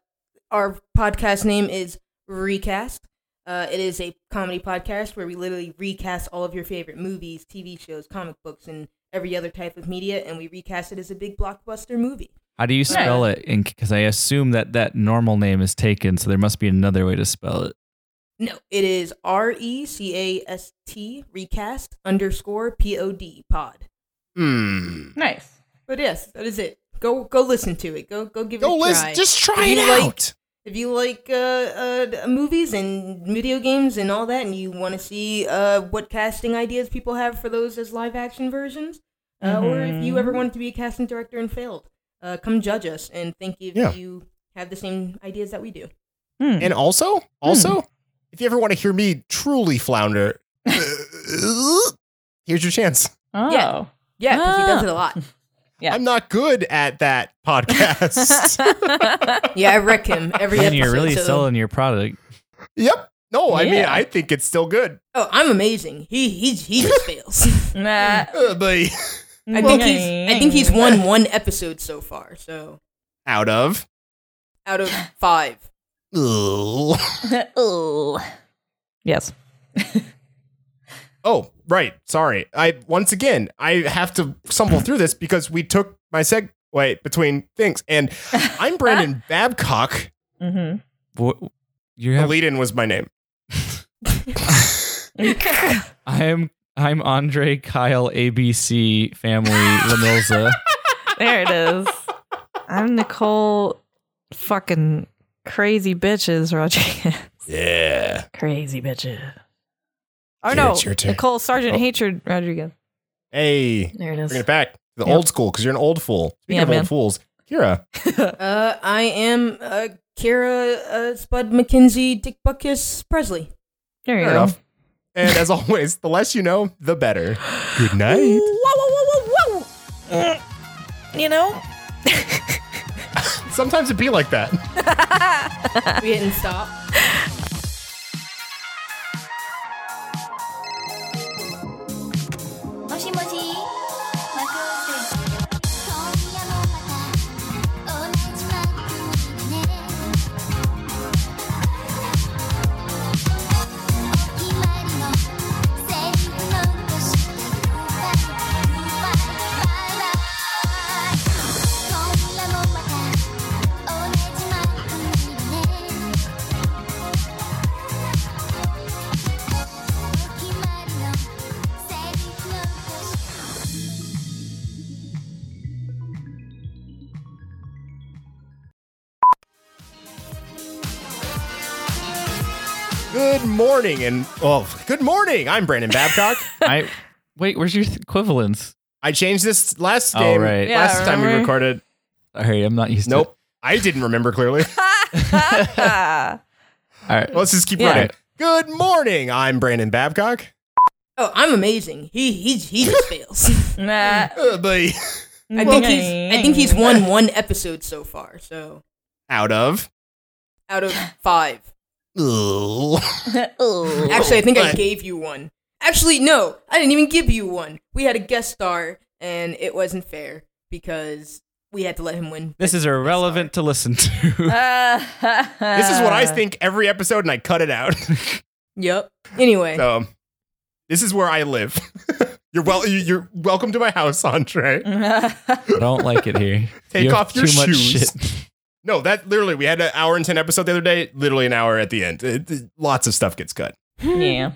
D: our podcast name is Recast. Uh, it is a comedy podcast where we literally recast all of your favorite movies, TV shows, comic books, and every other type of media, and we recast it as a big blockbuster movie.
A: How do you spell it? Because I assume that that normal name is taken, so there must be another way to spell it.
D: No, it is R E C A S T recast underscore P O D pod.
C: Hmm.
G: Nice.
D: But yes, that is it. Go go listen to it. Go go give
C: Go
D: it a
C: listen.
D: try.
C: Just try
D: If
C: it
D: you like-
C: out.
D: if you like uh, uh, d- movies and video games and all that, and you want to see uh, what casting ideas people have for those as live action versions, uh, or if you ever
A: Mm-hmm.
D: wanted to be a casting director and failed, uh, come judge us and think if
C: Yeah.
D: you have the same ideas that we do.
C: And also, also, if you ever want to hear me truly flounder, here's your chance.
G: Oh.
D: Yeah. Yeah, because he does
B: Ah.
D: it a lot.
G: Yeah.
C: I'm not good at that podcast.
D: Yeah, I wreck him every
A: And
D: episode.
A: you're really
D: so-
A: selling your product.
C: yep. No, I mean
G: Yeah.
C: I think it's still good.
D: Oh, I'm amazing. He he he just fails.
G: Nah.
C: Uh, but
D: I
B: Mm-hmm.
D: think he's I think he's won one episode so far. So
C: out of
D: out of five.
C: Ugh.
G: Ooh.
B: Yes.
C: Oh, right. Sorry. I once again I have to stumble through this because we took my segue between things. And I'm Brandon Babcock.
G: Mm-hmm.
A: What, you have
C: Alidin was my name.
A: I'm I'm Andre Kyle ABC family Lamilza.
B: There it is. I'm Nicole fucking crazy bitches, Rodriguez.
C: Yeah.
B: crazy bitches. Oh
C: Here,
B: no,
C: it's your turn.
B: Nicole Sergeant
C: Oh.
B: Hatred Rodriguez.
C: Hey.
B: There it
C: Bring
B: is.
C: it back. to The
B: Yeah.
C: old school, because you're an old fool. Speaking
B: Yeah,
C: of
B: man.
C: old fools, Kira.
D: Uh, I am uh, Kira uh, Spud McKenzie Dick Buckus Presley.
B: There you
C: Fair
B: go.
C: enough. And as always, the less you know, the better. Good night.
B: You know,
C: Sometimes it be like that.
D: We didn't stop.
H: 「もしもしマクロスです」「今夜もまた同じマックにね」「お決まりのセリフ残してください」「うまい笑い」「今夜もまた同じマックにね」「
C: Good morning, and oh, good morning. I'm Brandon Babcock.
A: I wait. Where's your equivalence?
C: I changed this last
A: Oh,
C: game.
A: right.
B: Yeah,
C: last time we
B: remember?
C: recorded.
A: Sorry, I'm not used to.
C: Nope. I didn't remember clearly.
B: Ah.
A: it. All right.
C: Let's just keep
B: Yeah.
C: running. Good morning. I'm Brandon Babcock.
D: Oh, I'm amazing. He he he just fails.
B: nah.
C: Uh, but
B: Mm.
D: I think he's I think he's won one episode so far. So
C: out of.
D: out of five,
C: Ugh.
D: actually, I think I
C: Right.
D: gave you one. Actually, no, I didn't even give you one. We had a guest star, and it wasn't fair because we had to let him win.
A: This is irrelevant to listen to.
C: This is what I
D: uh,
C: think every episode, and I cut it out.
D: Yep. Anyway,
C: so, this is where I live. you're well. you- You're welcome to my house, Andre.
D: Mm-hmm.
A: I don't like it here.
C: Take
A: You have
C: off your
A: too much
C: shoes.
A: shit.
C: No, that literally. We had an hour and ten episode the other day. Literally an hour at the end. It- it- lots of stuff gets cut.
B: yeah.